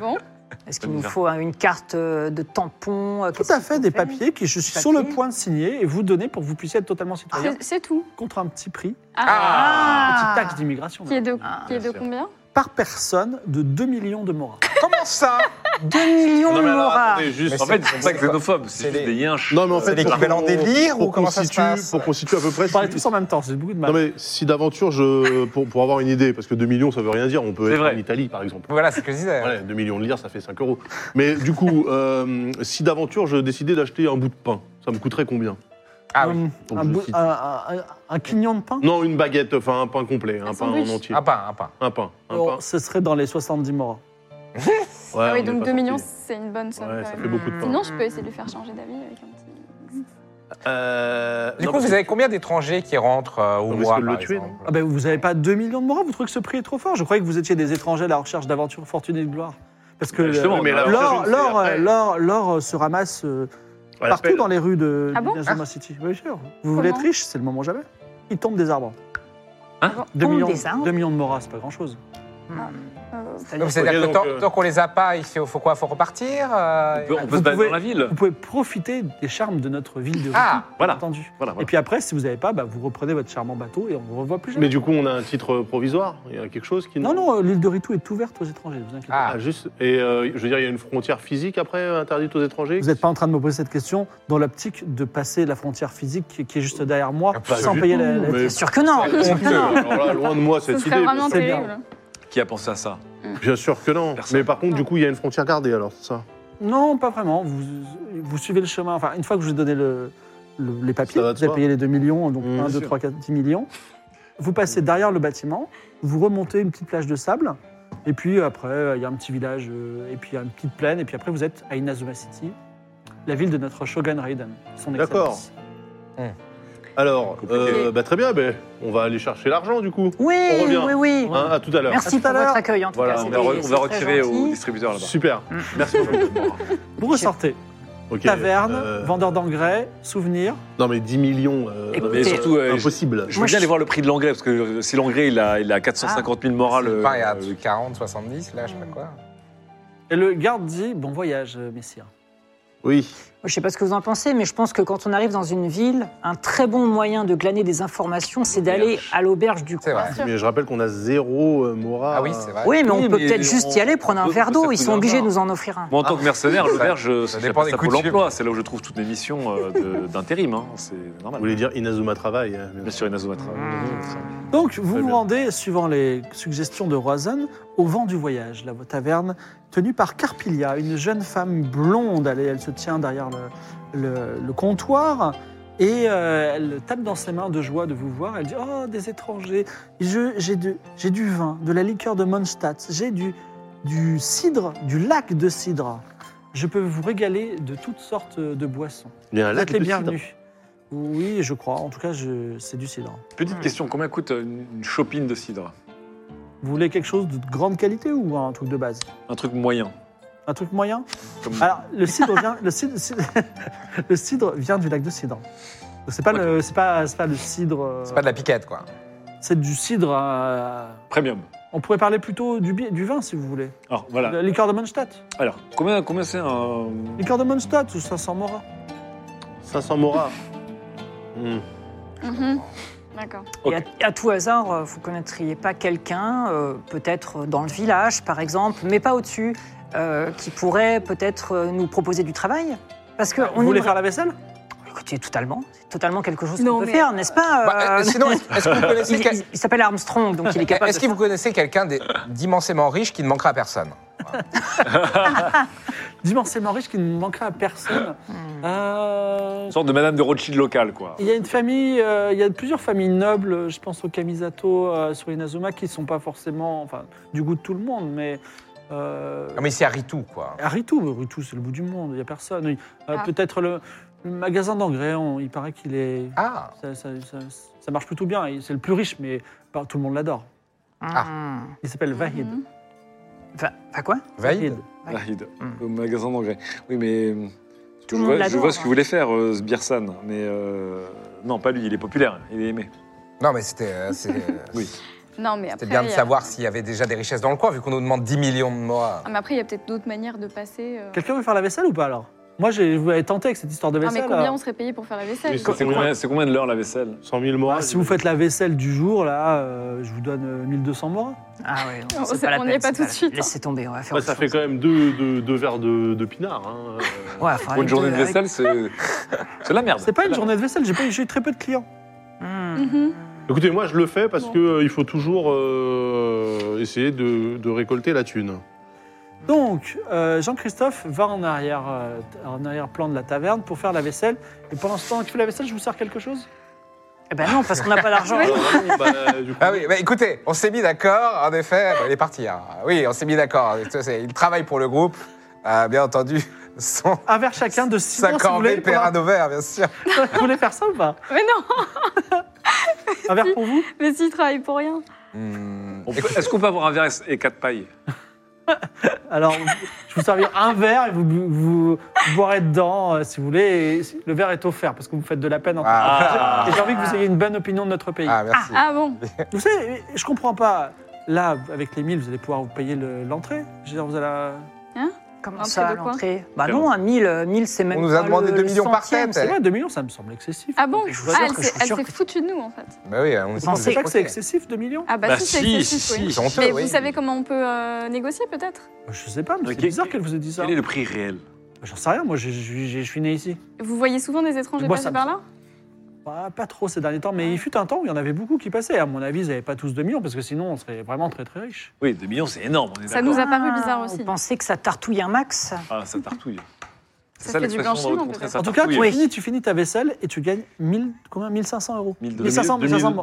Bon, Est-ce qu'il nous faut hein, une carte euh, de tampon euh, Tout qu'est-ce à qu'il fait, faut des faire papiers que je suis Papiers. sur le point de signer et vous donner pour que vous puissiez être totalement citoyen c'est- Ah, c'est tout. contre un petit prix, Ah. petite taxe d'immigration Qui est de, Ah, qui est de bien sûr. combien par personne de 2 millions de moras. Comment ça 2 millions de moras. juste. Mais en fait, c'est pas xénophobe, c'est c'est juste des- des yinches. Non, mais en fait, C'est l'équivalent pour qu'on- des lires pour ou comment qu'on ça se situe- passe Pour qu'on situe à peu près. Vous parlez si- tous en même temps, c'est beaucoup de Non mal. mais si d'aventure je pour, pour avoir une idée parce que 2 millions ça veut rien dire on peut C'est être vrai. en Italie par exemple Voilà, c'est ce que je disais. voilà 2 millions de lire ça fait 5 euros mais du coup euh, si d'aventure je décidais d'acheter un bout de pain ça me coûterait combien Ah oui. Hum, Donc un, je bou- cite. un- un- un- un quignon de pain non une baguette enfin un pain complet un, Un pain sandwich. en entier Un pain, un pain. un pain un Oh, pain Ce serait dans les 70 moras. Ouais, Ah on oui, est donc pas 2 sorti. millions, c'est une bonne somme ouais quand ça même. fait beaucoup de pain Sinon, je peux essayer de lui faire changer d'avis avec un petit. Euh, Du non, coup, parce vous que- avez combien d'étrangers qui rentrent euh, au On risque mois de le par tuer, exemple Ah ben, vous n'avez pas 2 millions de moras Vous trouvez que ce prix est trop fort Je croyais que vous étiez des étrangers à la recherche d'aventure, fortune et de gloire. Parce que Bah, Mais justement, euh, mais la- l'or- c'est l'or, après. euh, l'or- l'or, euh, se ramasse euh, à la Partout pelle. dans les rues de Ah bon d'Inazuma City. Bien sûr. Vous voulez être Comment riche, c'est le moment jamais. Il tombe des arbres. Hein Deux Tombe millions, des arbres deux millions de moras, c'est pas grand chose. euh, Donc, c'est-à-dire Ok, que donc, tant, euh, tant qu'on les a pas, il faut, faut quoi Faut repartir euh, On peut, on peut Vous se battre pouvez- dans la ville. Vous pouvez profiter des charmes de notre ville de Ritu, Ah, bien voilà. entendu. Voilà, Et voilà. puis après, si vous n'avez pas, bah, vous reprenez votre charmant bateau et on vous revoit plus jamais. mais du coup on a un titre provisoire il y a quelque chose qui Non, non, euh, l'île de Ritu est ouverte aux étrangers, vous inquiétez pas. Ah, Ah, juste et euh, je veux dire il y a une frontière physique après euh, interdite aux étrangers Vous n'êtes pas en train de me poser cette question dans l'optique de passer la frontière physique qui qui est juste derrière moi Ah, pas sans du payer tout, la, la- mais- Bien sûr que non. Ah, honteux. Alors là, loin de moi Ce cette serait idée. vraiment c'est bien. terrible. Qui a pensé à ça Bien sûr que non. Personne. Mais par contre, du coup, il y a une frontière gardée alors, c'est ça Non, pas vraiment. Vous, vous suivez le chemin. Enfin, une fois que je vous ai donné le- le- les papiers, Ça vous va de avez soi. payé les 2 millions, donc Mmh, 1, bien 2, sûr. 3, 4, 10 millions. Vous passez derrière le bâtiment, vous remontez une petite plage de sable, et puis après, euh, il y a un petit village, euh, et puis il y a une petite plaine, et puis après, vous êtes à Inazuma City, la ville de notre shogun Raiden, son D'accord. excellence. Alors, Compliqué. euh, bah, très bien, ben, on va aller chercher l'argent du coup. Oui, On revient. oui, oui. Hein, à tout à l'heure. Merci À tout à pour votre l'heure. accueil en tout Voilà, cas. on c'était- va, re- on va c'est très retirer au gentil. distributeur là-bas. Super. Mm. Merci beaucoup. Vous ressortez. Ok, Taverne, euh, vendeur d'engrais, souvenirs. Non, mais 10 millions. euh, Écoutez, Mais surtout, euh, je- impossible. je veux Moi, bien je- aller voir le prix de l'engrais, parce que euh, si l'engrais, il a, il a 450 000 morales. Le pain est à euh, 40, 70, là, je sais pas quoi. Et le garde dit Bon voyage, euh, messire. Oui. Je ne sais pas ce que vous en pensez, mais je pense que quand on arrive dans une ville, un très bon moyen de glaner des informations, c'est d'aller à l'auberge du C'est coin. vrai. Mais je rappelle qu'on a zéro euh, Mora. Ah oui, c'est vrai. Oui, mais on Oui, peut mais peut-être on- juste y aller, prendre on un peut- verre d'eau. ça Ils coûte sont de obligés de l'argent. nous en offrir un. Moi, en tant que mercenaire, l'auberge, Ah, ça ça dépend dépend des ça coups Pôle de emploi. C'est là où je trouve toutes mes missions euh, de- d'intérim. hein, C'est Vous normal. voulez dire Inazuma Travail hein, Bien sûr, Inazuma Traoré. Mmh. Donc, vous Très vous bien. rendez, suivant les suggestions de Roizen, au vent du voyage, la taverne tenue par Carpilia, une jeune femme blonde. Elle, elle se tient derrière le, le- le comptoir. Et euh, elle tape dans ses mains de joie de vous voir. Elle dit Oh, des étrangers, Je- j'ai de- j'ai du vin, de la liqueur de Mondstadt, j'ai du, du cidre, du lac de cidre. Je peux vous régaler de toutes sortes de boissons. Il y a un Vous lac êtes les de hein. cidre. bienvenus. Oui, je crois. En tout cas, je- c'est du cidre. Petite question, combien coûte euh, une une chopine de cidre Vous voulez quelque chose de grande qualité ou un truc de base Un truc moyen. Un truc moyen Comme- Ah. Alors, le cidre vient, le cidre, cidre- le cidre vient du lac de cidre. Donc, C'est pas, le- c'est pas, c'est pas le cidre. euh, C'est pas de la piquette, quoi. C'est du cidre. euh, Premium. on pourrait parler plutôt du, bi- du vin si vous voulez. Alors Ah. voilà. Le liqueur de Mondstadt. Alors, combien combien c'est un. Liqueur de Mondstadt ou 500 Mora. 500 moras. Hmm. Mhm. D'accord. Ok. Et, à, et à tout hasard, euh, vous connaîtriez pas quelqu'un, euh, peut-être dans le village par exemple, mais pas au-dessus, euh, qui pourrait peut-être euh, nous proposer du travail Parce que Bah, Vous on voulez aimerait- faire la vaisselle Écoutez, totalement, c'est totalement quelque chose Non, qu'on peut mais, faire, n'est-ce pas Bah, euh, euh, sinon, est-ce est-ce que vous il, connaissez, quel- il- il s'appelle Armstrong, donc il est capable. est-ce que vous connaissez quelqu'un d'- d'immensément riche qui ne manquera à personne Dimensément riche qui ne manquera à personne. Euh, Une sorte de Madame de Rothschild locale, quoi. Il y a une famille, euh, il y a plusieurs familles nobles, je pense aux Kamisato euh, sur Inazuma, qui ne sont pas forcément enfin, du goût de tout le monde, mais. euh, Non, mais c'est à Ritu, quoi. À Ritu, mais Ritu, c'est le bout du monde, il n'y a personne. Oui. Euh, Ah. Peut-être le, le magasin d'engrais, on- il paraît qu'il est. Ah, Ça, ça- ça- ça marche plutôt bien, il- c'est le plus riche, mais bah, tout le monde l'adore. Ah. Il s'appelle Vahid. Mhm. Enfin, enfin, quoi Vaïd Ouais. Vahid, Mm. au magasin d'engrais. Oui, mais. euh, je Tout le monde vois, je l'adore, vois ce que hein. vous voulez faire, euh, ce Birsan, mais. euh, non, pas lui, il est populaire, il est aimé. Non, mais c'était euh, c'est- euh, Oui. Non, mais après. c'était bien de il y a- savoir s'il y avait déjà des richesses dans le coin, vu qu'on nous demande 10 millions de mois. Ah, mais après, il y a peut-être d'autres manières de passer. euh. Quelqu'un veut faire la vaisselle ou pas alors Moi, j'ai- je voulais tenter avec cette histoire de Ah, mais vaisselle. combien euh. on serait payé pour faire la vaisselle Oui, C'est combien, c'est combien de l'heure la vaisselle 100 000 moras. Ah, si vous faites la vaisselle du jour, là, euh, je vous donne euh, 1200 morts. Ah ouais, On non, c'est sait- pas la on peine. n'y est pas c'est tout de la- suite, hein. Laissez tomber, on va faire. Ouais, autre Bah, ça fait chose. quand même deux, deux, deux verres de, de pinard. hein. Euh, Ouais, enfin, Pour une les journée deux, de vaisselle, c'est. C'est la merde. C'est pas une la- journée de vaisselle, j'ai pas- j'ai eu très peu de clients. avec- Hmm. Mhm. Écoutez, moi, je le fais parce Bon. que euh, il faut toujours euh, essayer de, de récolter la thune. Donc, euh, Jean-Christophe va en arrière, euh, en arrière-plan de la taverne pour faire la vaisselle. Et pendant ce temps qu'il fait la vaisselle, je vous sers quelque chose Eh ben non, parce qu'on n'a pas d'argent. Alors, vraiment, bah, du coup, Ah oui, bah écoutez, on s'est mis d'accord, en effet, bah, il est parti. hein. Oui, on s'est mis d'accord. Tu sais, Il travaille pour le groupe, euh, bien entendu, son Un verre chacun de 6 mois, si vous 50 voulez. mille pour un- Perrin d'Auvert, bien sûr. vous voulez faire ça ou pas Mais non, Un verre pour vous mais s'il travaille pour rien. Hmm, On peut- Est-ce qu'on peut avoir un verre et quatre pailles Alors, je vous servir un verre et vous, bu- vous boirez dedans, euh, si vous voulez. Et le verre est offert parce que vous faites de la peine en Ah. Et j'ai envie que vous ayez une bonne opinion de notre pays. Ah, merci. Ah bon Vous savez, je comprends pas. Là, avec les 1000, vous allez pouvoir vous payer le- l'entrée. Je veux dire, vous allez. Comment L'entrée ça, de quoi l'entrée Bah C'est non, un 1000, euh, 1000 c'est même On nous a pas demandé le- 2 le millions par centième, tête. C'est vrai, 2 millions, ça me semble excessif. Ah bon Mais je vous Ah, assure elle que je s'est suis elle sûr s'est que- foutue de nous en fait. Bah oui, on est pensez- C'est obligé vrai de que c'est croquer. excessif, 2 millions Ah bah, Bah si, c'est si, excessif, si, oui. C'est honteux, Mais oui. vous savez comment on peut euh, négocier peut-être Je sais pas, mais Ok. c'est bizarre qu'elle vous ait dit ça. Quel est le prix réel J'en sais rien, moi je, je- je- je suis né ici. Vous voyez souvent des étrangers Moi, ça passer me par là Bah, pas trop ces derniers temps, mais il fut un temps où il y en avait beaucoup qui passaient. À mon avis, ils n'avaient pas tous 2 millions parce que sinon on serait vraiment très très riches. Oui, 2 millions, c'est énorme, on est Ça d'accord. nous a paru Ah, bizarre aussi. Vous pensez que ça tartouille un max Ah, ça tartouille. Ça fait du blanchiment, peut-être. en tout cas, tu, oui. finis, tu finis ta vaisselle et tu gagnes 1000, combien 1500 euros 1500, 1500 2000,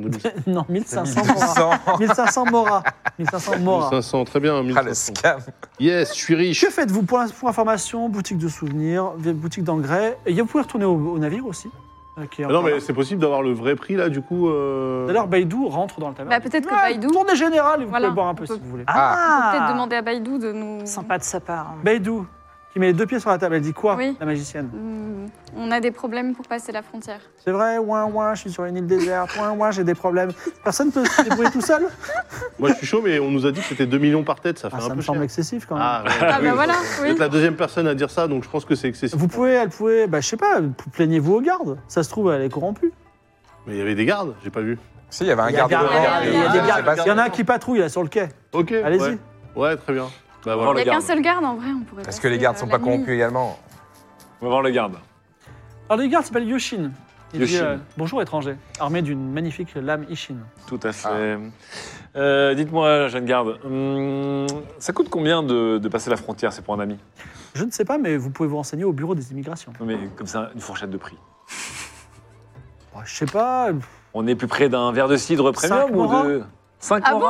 2500. Non, 1500 moras. 200. 1500 moras. 1500 moras. 1500, très bien, Ah, le 1500. scam. Yes, je suis riche. Que faites-vous pour, pour information Boutique de souvenirs, boutique d'engrais. Et vous pouvez retourner au, au navire aussi. euh, qui est Ah non, encore là. mais c'est possible d'avoir le vrai prix, là, du coup euh, D'ailleurs, Baïdou rentre dans le taverne. Bah, peut-être que Ouais, Baïdou- Tournée générale, et vous Voilà, pouvez boire un on peu peut- si vous voulez. On peut Ah peut-être demander à Baïdou de nous. Sympa de sa part. Baïdou, qui met les deux pieds sur la table, elle dit quoi, Oui. la magicienne Hmm, On a des problèmes pour passer la frontière. C'est vrai, ouin ouin, je suis sur une île déserte, ouin ouin, j'ai des problèmes. Personne ne peut se débrouiller tout seul Moi, je suis chaud, mais on nous a dit que c'était 2 millions par tête, ça fait Ah, un Ça peu me cher. semble excessif quand même. Ah, ouais. Ah, bah Oui. voilà, Vous oui. êtes la deuxième personne à dire ça, donc je pense que c'est excessif. Vous pouvez, elle pouvait, bah, je sais pas, plaignez-vous aux gardes. Ça se trouve, elle est corrompue. Mais il y avait des gardes, j'ai pas vu. Si, il y avait un Il y a garde des devant. gardes, il y a des Je sais gardes. pas Il si- y en a un qui patrouille là sur le quai. Ok. Allez-y. Ouais, Ouais, très bien. Bah Voilà. voilà. Il n'y a qu'un garde. seul garde en vrai, on pourrait. Parce que passer, les gardes euh, sont la pas nuit. corrompus également. On va voir le garde. Alors, le garde s'appelle Yoshin. Il dit Yoshin. euh, Bonjour, étranger, armé d'une magnifique lame Ishin. Tout à fait. Ah. Euh, Dites-moi, jeune garde, hum, ça coûte combien de, de passer la frontière C'est pour un ami Je ne sais pas, mais vous pouvez vous renseigner au bureau des immigrations. Non, mais comme ça, une fourchette de prix. Bah, Je sais pas. On est plus près d'un verre de cidre Cinq premium ou moras de. 5 Ah bon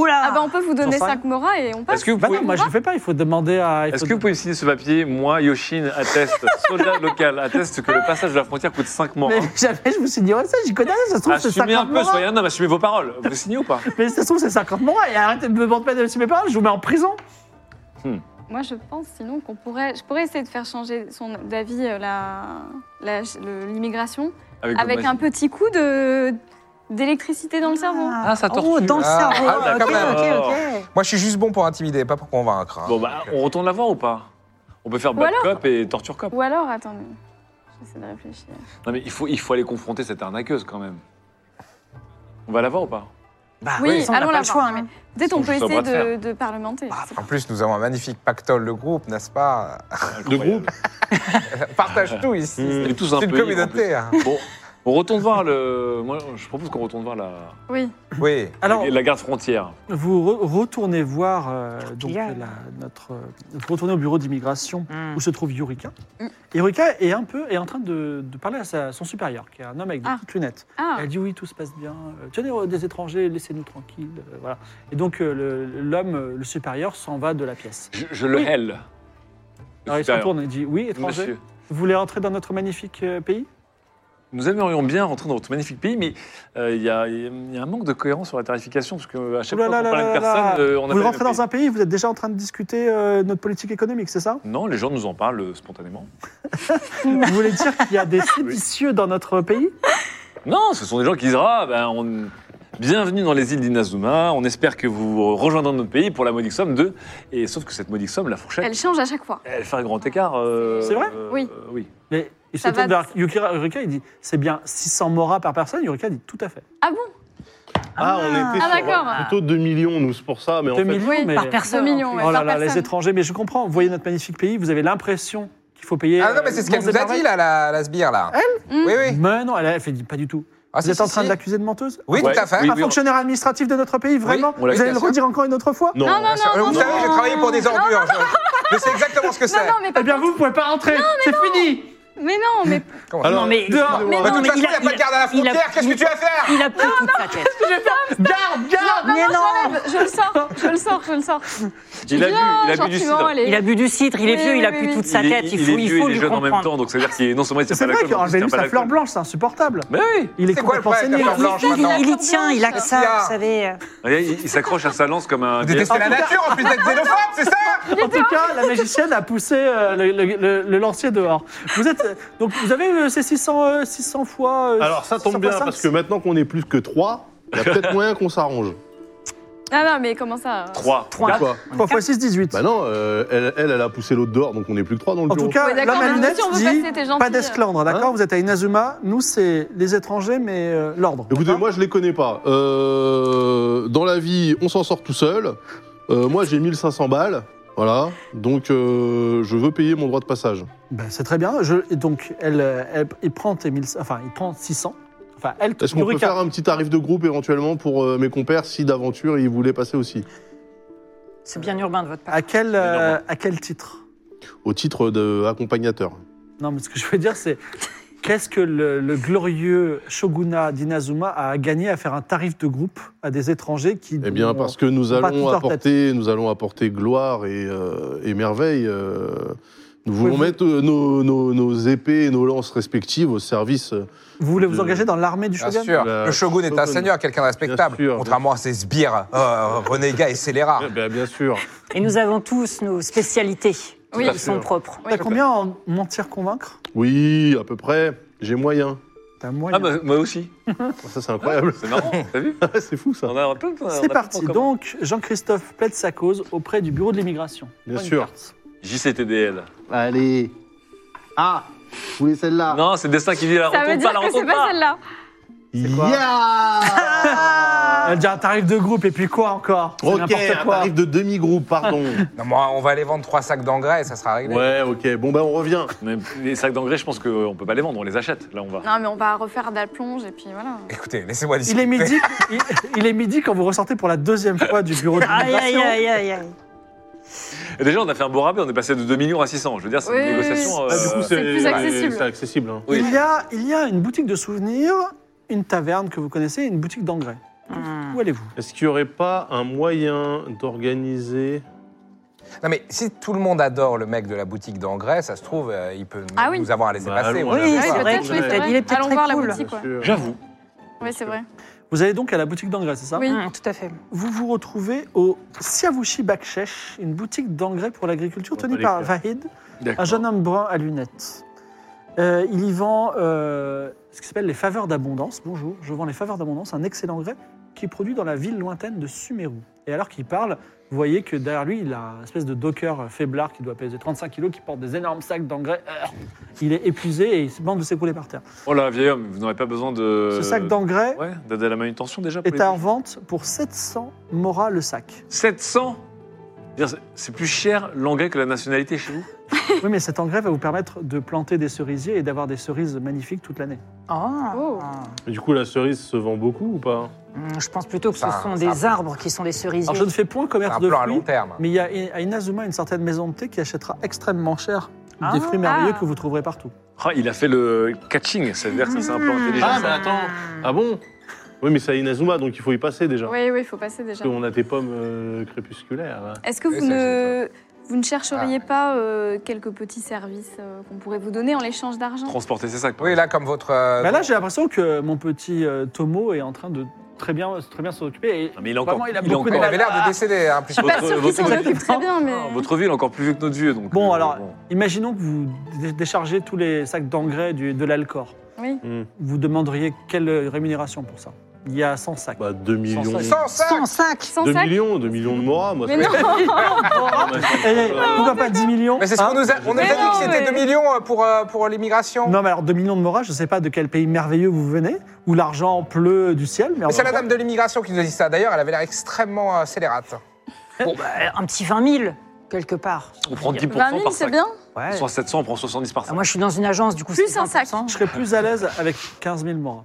Oula Ah bah on peut vous donner J'en sais 5 moras et on passe. Est-ce que vous Bah pouvez- non, moi je le fais pas, il faut demander à. il Est-ce faut- que vous pouvez signer ce papier Moi, Yoshin, atteste, soldat local, atteste que le passage de la frontière coûte 5 morts. hein. Mais jamais je vous signerai ça, j'y connais rien, ça se trouve c'est Assumez 50 un peu, mois. soyez un homme, assumez vos paroles. Vous signez ou pas Mais ça se trouve c'est 50 mois et arrêtez de me demander pas de mes paroles, je vous mets en prison. Moi, je pense sinon qu'on pourrait, je pourrais essayer de faire changer son d'avis euh, la la- le- l'immigration Avec, avec un petit coup de d'électricité dans le cerveau. Ah, ça tortue. Oh, dans le Ah, cerveau. ah, ok, d'accord. ok, ok. Moi, je suis juste bon pour intimider, pas pour convaincre. hein. Bon, bah, on retourne la voir ou pas On peut faire Ou bad alors- cop et torture cop. Ou alors, attendez, j'essaie de réfléchir. Non, mais il faut, il faut aller confronter cette arnaqueuse quand même. On va la voir ou pas Bah, Oui, de toute façon, on n'a allons pas la le choix. voir, hein. Peut-être on Ils sont peut juste au essayer bras de de, de parlementer. je sais pas. euh, En plus, nous avons un magnifique pactole de groupe, n'est-ce pas De groupe Partage tout ici. On est Mmh. tous un C'est une peu libres, en communauté. hein. plus. Bon, on retourne voir le. Moi, je propose qu'on retourne voir la, Oui. Oui. Alors, la garde frontière. vous re- retournez voir euh, donc, Yurika. la- notre, euh, vous retournez au bureau d'immigration Hmm. où se trouve Yurika. Mm. Et Yurika est un peu est en train de, de parler à sa- son supérieur, qui est un homme avec des Ah. petites lunettes. Ah, Elle dit oui, tout se passe bien. Euh, Tenez euh, des étrangers, laissez-nous tranquilles. euh, voilà. Et donc euh, le- l'homme, euh, le supérieur, s'en va de la pièce. Je, je le hèle. Le Alors il se supérieur. retourne et dit oui, étranger, Monsieur, vous voulez entrer dans notre magnifique euh, pays nous aimerions bien rentrer dans votre magnifique pays, mais euh, il y, a- il y a un manque de cohérence sur la tarification, parce qu'à chaque Ouh là là fois qu'on là parle à une là là. personne, euh, on a Vous rentrez dans un pays, vous êtes déjà en train de discuter euh, notre politique économique, c'est ça Non, les gens nous en parlent euh, spontanément. Vous voulez dire qu'il y a des séditieux dans notre pays Non, ce sont des gens qui disent Ah, ben, on... bienvenue dans les îles d'Inazuma, on espère que vous rejoindrez notre pays pour la modique somme de. Et sauf que cette modique somme, la fourchette, elle change à chaque fois. elle, fait un grand écart. euh, C'est vrai euh, Oui. Oui. Mais il se Ça tourne va- vers Yukira- Yurika, il dit c'est bien 600 moras par personne. Yurika dit tout à fait. Ah bon Ah, on était Ah, sur d'accord. euh, plutôt 2 millions, nous, c'est pour ça, mais en 2 fait. millions, Oui, mais. Par Deux personne. millions, ouais, oh là par là, les personne. étrangers, mais je comprends. Vous voyez notre magnifique pays, vous avez l'impression qu'il faut payer. Ah non, mais euh, c'est ce qu'elle monts nous et a dit, merveilles. là, la, la sbire, là. Mm. Oui, oui. Mais non, elle, a- elle fait dit pas du tout. Ah, vous si, êtes si, en train si. de l'accuser de menteuse Oui, Ouais, tout à fait. Ah, oui, Un fonctionnaire administratif de notre pays, vraiment on Vous allez le l'accepte. redire encore une autre fois Non, Non, non, non, Euh, Vous non, savez, non. j'ai travaillé pour des ordures. Je, je sais exactement ce que Non, c'est. non, mais Eh pas. bien, vous, vous pouvez pas rentrer C'est fini Mais non, mais Alors, Non, mais. Dehors. non, Mais Bah, de non, toute façon, il n'y a pas de garde à la il a- frontière. Qu'est-ce que tu vas faire Il a pris toute sa tête. Garde, garde Mais non je le sors, je le sors, je le sors. Il a bu, il a bu du gentiment, cidre. allez. Il a bu du cidre, il est Oui, vieux, oui, il a oui, plus oui. toute sa il est- tête. Il, il faut, est vieux il faut et il est lui jeune en même comprendre. temps, donc c'est-à-dire qu'il est non seulement il tient C'est pas la vrai com, en plus, il qu'enlever tient lui pas sa la fleur com. blanche, c'est insupportable. Mais oui Il est C'est quoi le complètement problème sénile. avec la fleur blanche Il, il- maintenant il y tient, il a que ça, vous savez. euh, Regarde, Il, il s'accroche à sa lance comme un. Vous détestez la nature en plus d'être xénophobe, c'est ça En tout cas, la magicienne a poussé euh, le, le- le- le lancier dehors. Vous êtes donc vous avez euh, ces 600 euh, 600 fois. euh, alors ça 600 tombe fois bien, cinq, parce que maintenant qu'on est plus que 3, il y a peut-être moyen qu'on s'arrange. Ah non, mais comment ça 3. Trois. Quoi trois fois 6, 18. Bah non, euh, elle, elle, elle a poussé l'autre dehors, donc on n'est plus que 3 dans le en bureau. tout cas, Ouais, d'accord, l'homme à mais nous lunettes aussi, on veut dit passer, t'es gentil. hein. pas d'esclandre, d'accord Vous êtes à Inazuma, nous c'est les étrangers, mais euh, l'ordre. Écoutez, d'accord moi je les connais pas. Euh, dans la vie, on s'en sort tout seul. Euh, moi j'ai 1500 balles, voilà. Donc euh, je veux payer mon droit de passage. Bah, c'est très bien. Je, et donc elle, euh, elle- il prend tes 1000, enfin il prend 600. Enfin elle. Est-ce qu'on peut Yurika- faire un petit tarif de groupe éventuellement pour euh, mes compères si d'aventure ils voulaient passer aussi C'est bien urbain de votre part. à quel euh, Énorme. à quel titre Au titre d'accompagnateur. Non, mais ce que je veux dire c'est qu'est-ce que le, le glorieux shogunat d'Inazuma a gagné à faire un tarif de groupe à des étrangers qui Eh bien, ont- parce que nous on bat tous allons leur apporter, nous allons apporter gloire et, euh, et merveille. euh, nous Pouvez-vous- voulons mettre euh, nos, nos- nos épées et nos lances respectives au service. euh, Vous voulez vous de- engager dans l'armée du Bien shogun sûr. La- Le shogun est un Shogun. seigneur, quelqu'un de respectable. Bien sûr. Contrairement à ces sbires, euh, renégats et scélérats. eh ben, bien sûr. Et nous avons tous nos spécialités Oui. qui sont propres. T'as combien en mentir convaincre Oui, à peu près. J'ai moyen. Oh, T'as moyen. Ah, bah, moi aussi. Ça, c'est incroyable. C'est marrant, t'as vu c'est fou, ça. On a plein de- on a plein C'est de parti. points communs. Donc, Jean-Christophe plaide sa cause auprès du bureau de l'immigration. Bien Prends une sûr. carte. JCTDL. Allez. Ah, vous voulez celle-là Non, c'est le destin qui dit la Ça veut retourne dire pas, la que c'est retourne pas pas. celle-là. Yeah Elle dit un tarif de groupe et puis quoi encore C'est Ok, n'importe un quoi. tarif de demi-groupe, pardon. Non, mais on va aller vendre trois sacs d'engrais et ça sera réglé. ouais, ok. Bon, ben, on revient. Mais les sacs d'engrais, je pense qu'on peut pas les vendre, on les achète. Là, on va. Non, mais on va refaire de la plonge et puis voilà. Écoutez, laissez-moi Il discuter. est midi. il, il est midi quand vous ressortez pour la deuxième fois du bureau de Aïe, aïe, l'immigration. aïe, aïe, aïe. Et déjà, on a fait un beau rabais, on est passé de 2 millions à 600. Je veux dire, c'est Oui, une oui, négociation. Ah, du euh, coup, c'est plus accessible. C'est accessible. hein. oui. Il y a, il y a une boutique de souvenirs une taverne que vous connaissez et une boutique d'engrais. Hmm. Où allez-vous Est-ce qu'il n'y aurait pas un moyen d'organiser. Non mais si tout le monde adore le mec de la boutique d'engrais, ça se trouve, euh, il peut Ah oui. nous avoir laissé Bah, passer. allons, on allons. l'a Oui, pas. c'est Ouais, vrai peut-être, oui, c'est Il vrai. est peut-être Allons très voir la cool. boutique. ouais. J'avoue. Oui, c'est vrai. Vous allez donc à la boutique d'engrais, c'est ça Oui. Hum, tout à fait. Vous vous retrouvez au Siavushi Bakshech, une boutique d'engrais pour l'agriculture On tenue va par l'écrire. Vahid, un D'accord. jeune homme brun à lunettes. Euh, il y vend euh, ce qui s'appelle les faveurs d'abondance. Bonjour, je vends les faveurs d'abondance, un excellent engrais qui est produit dans la ville lointaine de Sumeru. Et alors qu'il parle, vous voyez que derrière lui, il a une espèce de docker faiblard qui doit peser 35 kilos, qui porte des énormes sacs d'engrais. Euh, Il est épuisé et il se bande de s'écrouler par terre. Oh là, vieil homme, vous n'aurez pas besoin de. Ce sac d'engrais Euh, Ouais, d'aider à la manutention déjà pour est les- en vente pour 700 moras le sac. 700 C'est-à-dire, C'est plus cher l'engrais que la nationalité chez vous Oui, mais cet engrais va vous permettre de planter des cerisiers et d'avoir des cerises magnifiques toute l'année. Ah. Oh. Mais Du coup, la cerise se vend beaucoup ou pas Hum, Je pense plutôt que ce Enfin, sont ça des va. arbres qui sont des cerisiers. Alors, je ne fais point C'est commerce un de plan à long fruits, terme. mais il y a à Inazuma une certaine maison de thé qui achètera extrêmement cher Ah. des fruits merveilleux Ah. que vous trouverez partout. Ah, Il a fait le catching, ça veut dire que c'est un plan intelligent. Ah, ça. mais attends Ah bon Oui, mais c'est à Inazuma, donc il faut y passer déjà. Oui, oui, il faut passer déjà. Parce qu'on a des pommes euh, crépusculaires. là. Est-ce que Oui, vous ça, ne, vous ne chercheriez pas euh, quelques petits services euh, qu'on pourrait vous donner en échange d'argent Transporter ses sacs. par Oui, là, comme votre. Ah euh, Bah là, j'ai l'impression que mon petit euh, Tomo est en train de très bien, très bien s'en occuper. Et Non, mais il est encore- vraiment, il a Bah, il est beaucoup encore- de il mal. avait l'air de décéder, hein, plus Je suis pas Votre- sûre qu'il votre- s'en occupe très bien, mais. Ah, Votre ville est encore plus vieux que notre vieux, donc. Bon, euh, alors, imaginons que vous dé- déchargez tous les sacs d'engrais du- de l'Alcor. Oui. Hmm. Vous demanderiez quelle rémunération pour ça Il y a 100 sacs. Bah, 2 millions. Sans sac. 100 sacs 100 sacs Sans 2 sac millions, 2 millions de moras, moi. Mais ça non fait- Eh, eh, euh, pourquoi pas 10 millions Mais c'est ce qu'on hein nous a. On nous a Mais dit non, que c'était mais- 2 millions euh, pour, euh, pour l'immigration. Non, mais alors 2 millions de moras, je ne sais pas de quel pays merveilleux vous venez, où l'argent pleut du ciel. Mais, en Mais c'est même la temps- dame de l'immigration qui nous a dit ça. D'ailleurs, elle avait l'air extrêmement euh, scélérate. Bon, bah, un petit 20 000, quelque part. On prend 10% 20 000, par c'est sac. bien Ouais. Soit 700, on prend 70 par Ah, sac. moi, je suis dans une agence, du coup, Plus c'est un sac. 20%. Je serais plus à l'aise avec 15 000 moras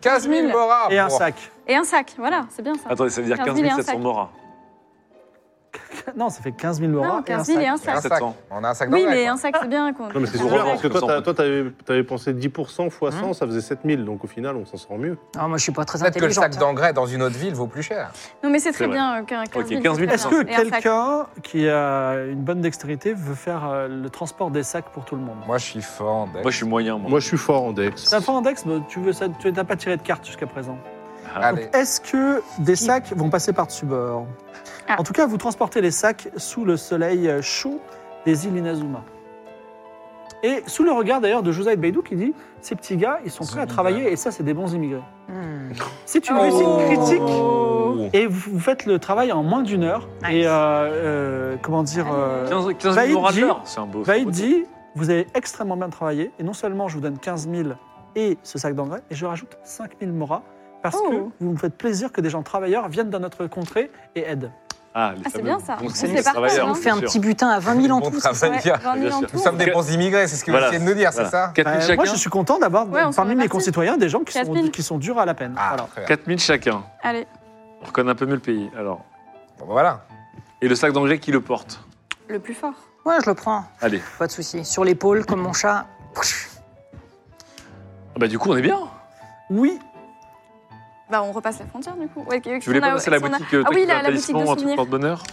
15 000 moras. et un pour- sac. Et un sac, voilà, c'est bien ça. Attendez, ça veut dire 15 15 000 et un 700 sac. moras. Non, ça fait 15 000 Non, moras et un 15 000 et sac. un Un sac. sac. 700. On a un sac Oui, d'engrais, mais quoi. un sac, c'est bien. qu'on- Non, mais c'est On sûr, remarque parce que que toi, sans t'as- sac. toi, t'avais avais pensé 10% fois 100, Hum. ça faisait 7000, donc au final, on s'en sort mieux. Ah, moi, je suis pas très Peut-être que le intelligente. sac d'engrais dans une autre ville vaut plus cher. Non, mais c'est très C'est vrai. bien, euh, qu'un 15 000. 15 000, c'est Est-ce très que bien. Et un sac. quelqu'un qui a une bonne dextérité veut faire euh, le transport des sacs pour tout le monde Moi, je suis fort. Dex. Moi, je suis moyen, moi. Moi, je suis fort en Dex. Ça fait en dex, mais tu veux ça, tu n'as pas tiré de carte jusqu'à présent. Ah, Allez. Est-ce que des sacs vont passer par-dessus bord Ah. En tout cas, vous transportez les sacs sous le soleil chaud des îles Inazuma. Et sous le regard d'ailleurs de José Beidou qui dit Ces petits gars, ils sont prêts à travailler et ça, c'est des bons immigrés. Hmm. C'est une Oh. réussite critique Oh. et vous, vous faites le travail en moins d'une heure. Et euh, euh, comment dire euh, 15 15 Vaïd 000 moras de dit- l'heure, c'est un beau. Vaïd dit Vous avez extrêmement bien travaillé et non seulement je vous donne 15 000 et ce sac d'engrais, et je rajoute 5 000 moras parce que Oh. vous me faites plaisir que des gens travailleurs viennent dans notre contrée et aident. Ah, les Ah, c'est fameux bien ça. bons C'est petits parfait, travailleurs, hein. On fait un bien sûr. petit butin à 20 000 en Bon tout. travail. Ouais, 20 000 en Bien sûr. tout. Nous sommes des bons immigrés, c'est ce que Voilà. vous essayez de nous dire, c'est Voilà. ça 4 000 Bah, chacun moi, je suis content d'avoir Ouais, on s'en parmi mes répartit. concitoyens des gens qui Quatre sont, mille. qui sont durs à la peine. Ah, Voilà. très bien. 4 000 chacun. Allez, On reconnaît un peu mieux le pays, alors. Bon, bah, voilà. Et le sac d'engrais, qui le porte le plus fort. Ouais, je le prends. Allez. Pas de souci. Sur l'épaule, comme mon chat. Ah Bah, du coup, on est bien. Oui, Bah, on repasse la frontière du coup. Ouais, Tu voulais qu'on a- pas passer à la si on a- boutique euh, Ah oui, truc la, la boutique d'applaudissements, de un truc souvenirs. porte-bonheur Oh,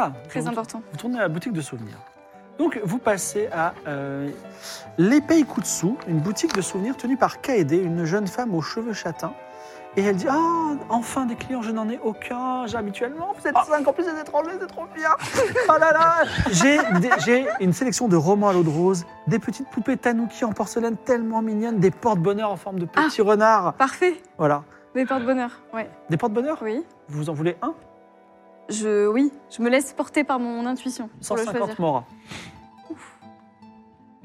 ah, Très vous, important. vous tournez à la boutique de souvenirs. Donc, vous passez à euh, l'épée Kutsu, une boutique de souvenirs tenue par Kaede, une jeune femme aux cheveux châtains. Et elle dit Ah, enfin des clients, je n'en ai aucun. J'ai habituellement, vous êtes Ah. cinq, en plus des étrangers, c'est trop bien. Oh là là J'ai des- J'ai une sélection de romans à l'eau de rose, des petites poupées tanuki en porcelaine tellement mignonnes, des porte-bonheurs en forme de Ah. petits renards. Parfait. Voilà. Des porte-bonheur. Ouais. Des porte-bonheurs Oui. Vous en voulez un Je, oui, je me laisse porter par mon intuition pour le 150 choisir. moras.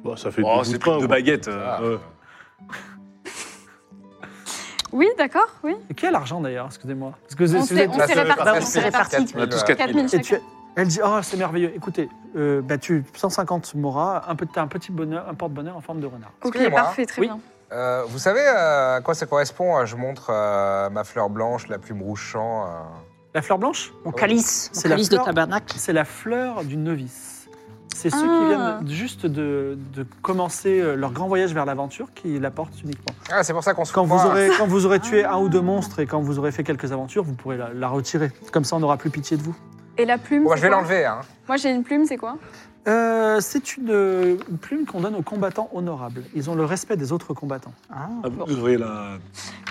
Bon, Bah, ça fait Oh, deux bouts c'est de plus pain, de quoi. baguettes. Ah. euh. Ouais. Oui, d'accord, oui. Et quel argent d'ailleurs, excusez-moi Parce que vous- On vous s'est êtes- on s'est Ça, répartis. ça, ça, on s'est ça, répartis. 4 000, On a tous euh, 4 4 000. 000 Et tu- chacun. elle dit Oh, c'est merveilleux. Écoutez, euh, bah, tu 150 moras, un, petit- un petit bonheur, un porte-bonheur en forme de renard. Ok, Excusez-moi. parfait, très Oui. bien. Euh, vous savez euh, à quoi ça correspond Je montre euh, ma fleur blanche, la plume rouge champ. euh. La fleur blanche, Oh. Mon calice. Mon C'est la calice de fleur. tabernacle. c'est la fleur du novice. C'est ceux qui viennent juste de, de commencer euh, leur grand voyage vers l'aventure qui la portent uniquement. Ah, c'est pour ça qu'on se Quand vous, croit. aurez, quand vous aurez tué un ou deux monstres et quand vous aurez fait quelques aventures, vous pourrez la, la retirer. Comme ça, on n'aura plus pitié de vous. Et la plume Bon, bah, c'est je vais quoi l'enlever. hein. Moi, j'ai une plume, c'est quoi Euh, c'est une, euh, une plume qu'on donne aux combattants honorables. Ils ont le respect des autres combattants. Ah, Vous devriez la.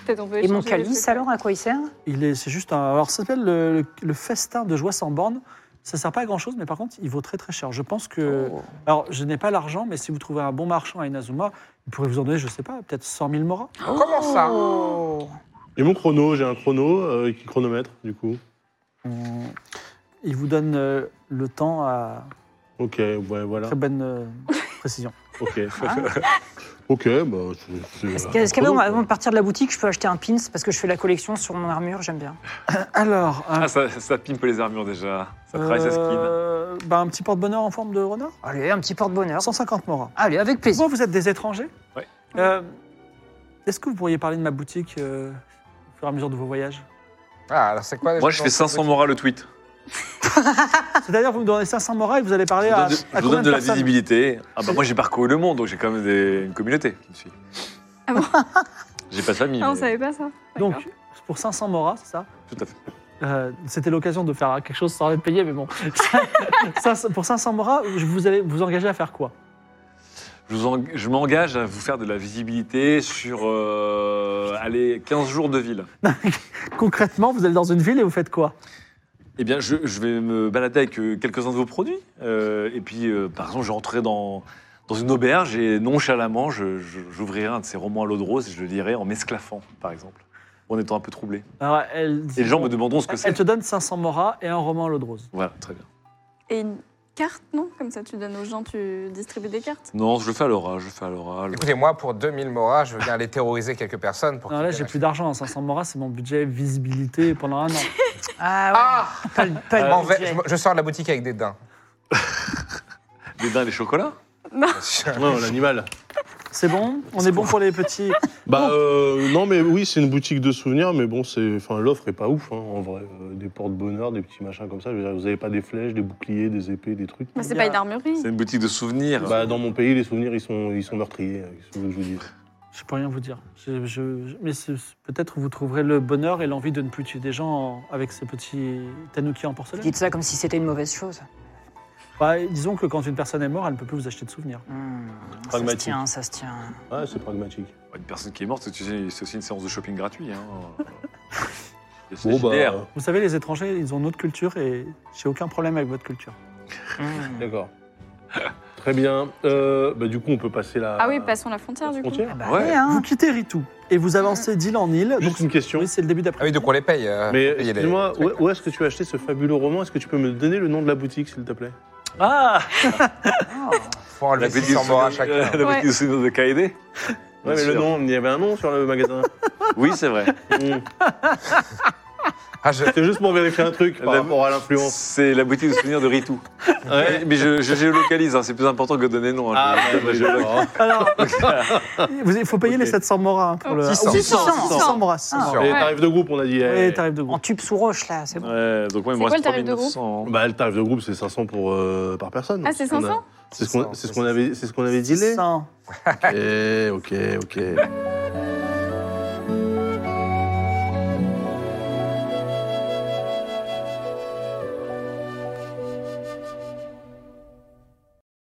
Peut-être on peut Et mon échanger les calice, trucs. alors, à quoi il sert Il est, c'est juste un. Alors, ça s'appelle le, le- le festin de joie sans borne. Ça sert pas à grand chose, mais par contre, il vaut très très cher. Je pense que. Oh. Alors, je n'ai pas l'argent, mais si vous trouvez un bon marchand à Inazuma, il pourrait vous en donner, je sais pas, peut-être 100 000 moras. Comment ça Et mon chrono, j'ai un chrono euh, qui chronomètre, du coup. Hum, Il vous donne euh, le temps à Ok, ouais, voilà. très bonne euh, précision. Ok. Ah. ok, bah. c'est- c'est- Est-ce que- est-ce Bah, qu'avant avant de partir de la boutique, je peux acheter un pins parce que je fais la collection sur mon armure, j'aime bien. Alors, un, Ah, ça, ça pimpe les armures déjà. Ça travaille sa skin. euh, bah, un petit porte-bonheur en forme de renard Allez, un petit porte-bonheur. 150 moras. Allez, avec plaisir. Vous, vous êtes des étrangers Ouais. Euh, Est-ce que vous pourriez parler de ma boutique euh, au fur et à mesure de vos voyages Ah, alors c'est quoi les Moi, gens je dans fais ce 500 truc moras le tweet. C'est-à-dire, vous me donnez 500 moras et vous allez Je parler vous à, à donne de, je vous combien donne de de la personnes visibilité. Ah bah moi j'ai parcouru le monde, donc j'ai quand même des- une communauté qui me suit. Ah bon J'ai pas de famille. Ah, on mais- savait pas ça. D'accord. Donc, pour 500 moras, c'est ça Tout à fait. Euh, C'était l'occasion de faire quelque chose sans être payé, mais bon. Ça, ça, pour 500 moras, je- vous allez vous engager à faire quoi Je, vous en- je m'engage à vous faire de la visibilité sur euh, allez, 15 jours de ville. Concrètement, vous allez dans une ville et vous faites quoi Eh bien, je, je vais me balader avec euh, quelques-uns de vos produits. euh, et puis, euh, par exemple, je rentrerai dans, dans une auberge et nonchalamment, je- je- j'ouvrirai un de ces romans à l'eau de rose et je le lirai en m'esclaffant, par exemple, en étant un peu troublé. Alors, elle, Et les gens me demanderont ce que c'est. Elle te donne 500 moras et un roman à l'eau de rose. Voilà, très bien. Et une carte, non Comme ça, tu donnes aux gens, tu distribues des cartes. Non, je le fais à l'oral, je le fais à l'oral. Écoutez, moi, pour 2000 moras, je veux bien aller terroriser quelques personnes. Pour Non, qu'ils là, j'ai viennent plus d'argent. 500 moras, c'est mon budget visibilité pendant un an. Ah, ouais. pas, le- pas à- le Euh, Je m'en vais- budget. je, me- je sors de la boutique avec des daims. Des dindes et des chocolats Ah Non, l'animal. C'est bon On est bon pour les petits. Bah, euh, non, mais oui, c'est une boutique de souvenirs, mais bon, c'est, enfin, l'offre est pas ouf, hein, en vrai. Euh, Des porte-bonheur, des petits machins comme ça. Je veux dire, vous avez pas des flèches, des boucliers, des épées, des trucs. Mais Bah, c'est Il y pas a- une armurerie. C'est une boutique de souvenirs. Bah, dans mon pays, les souvenirs, ils sont, ils sont meurtriers. euh, qu'est-ce que vous voulez que je vous dise Je peux rien vous dire. Je- je- je- mais c'est- c'est- peut-être vous trouverez le bonheur et l'envie de ne plus tuer des gens en- avec ces petits tanuki en Vous porcelaine. dites ça comme si c'était une mauvaise chose. Bah, disons que quand une personne est morte, elle ne peut plus vous acheter de souvenirs. Hmm, ça se Pragmatique. tient, ça se tient. Ouais, c'est pragmatique. Une personne qui est morte, c'est aussi c'est aussi une séance de shopping gratuit. Hein. Et c'est Bon, bah, JDR. euh, Vous savez, les étrangers, ils ont notre culture et j'ai aucun problème avec votre culture. Hmm. d'accord. Très bien. Euh, bah, du coup, on peut passer la, Ah oui, passons la frontière, la du coup. frontière. Ah bah, Ouais. allez, hein. Vous quittez Ritu et vous avancez d'île en île. Juste une question. Oui, c'est le début Ah d'après. oui, donc on les paye. euh, Mais pour payer les excuse-moi, trucs. où, où est-ce que tu as acheté ce fabuleux roman Est-ce que tu peux me donner le nom de la boutique, s'il te plaît Ah Faut enlever 600 moras à chacun. la boutique de souvenirs de Kaede Ouais, mais Bien le sûr. nom, il y avait un nom sur le magasin. Oui, c'est vrai. Mm. Ah, je- C'est juste pour vérifier un truc par La- rapport à l'influence. C'est la boutique de souvenirs de Ritu. Mais- Mais je, je géolocalise, hein, c'est plus important que de donner le nom. hein. Ah, Je- bah, je- oui, je- d'accord. Alors, vous- il faut payer Ah Ok. les 700 moras hein, pour le. 600. 600, 600. 600 moras. 600 moras. Sûr. Et Ouais. tarif de groupe, on a dit. eh. Et t'arrives de En gros. tube sous roche, là, c'est bon. Ouais, donc moi, il C'est me quoi reste le tarif de 3900. hein. Bah, le tarif de groupe, c'est 500 pour, euh, par personne. Ah, c'est ce qu'on a- 500 C'est ce qu'on c'est ce qu'on avait, c'est ce qu'on avait dit, les 600. Eh, Ok, ok, ok.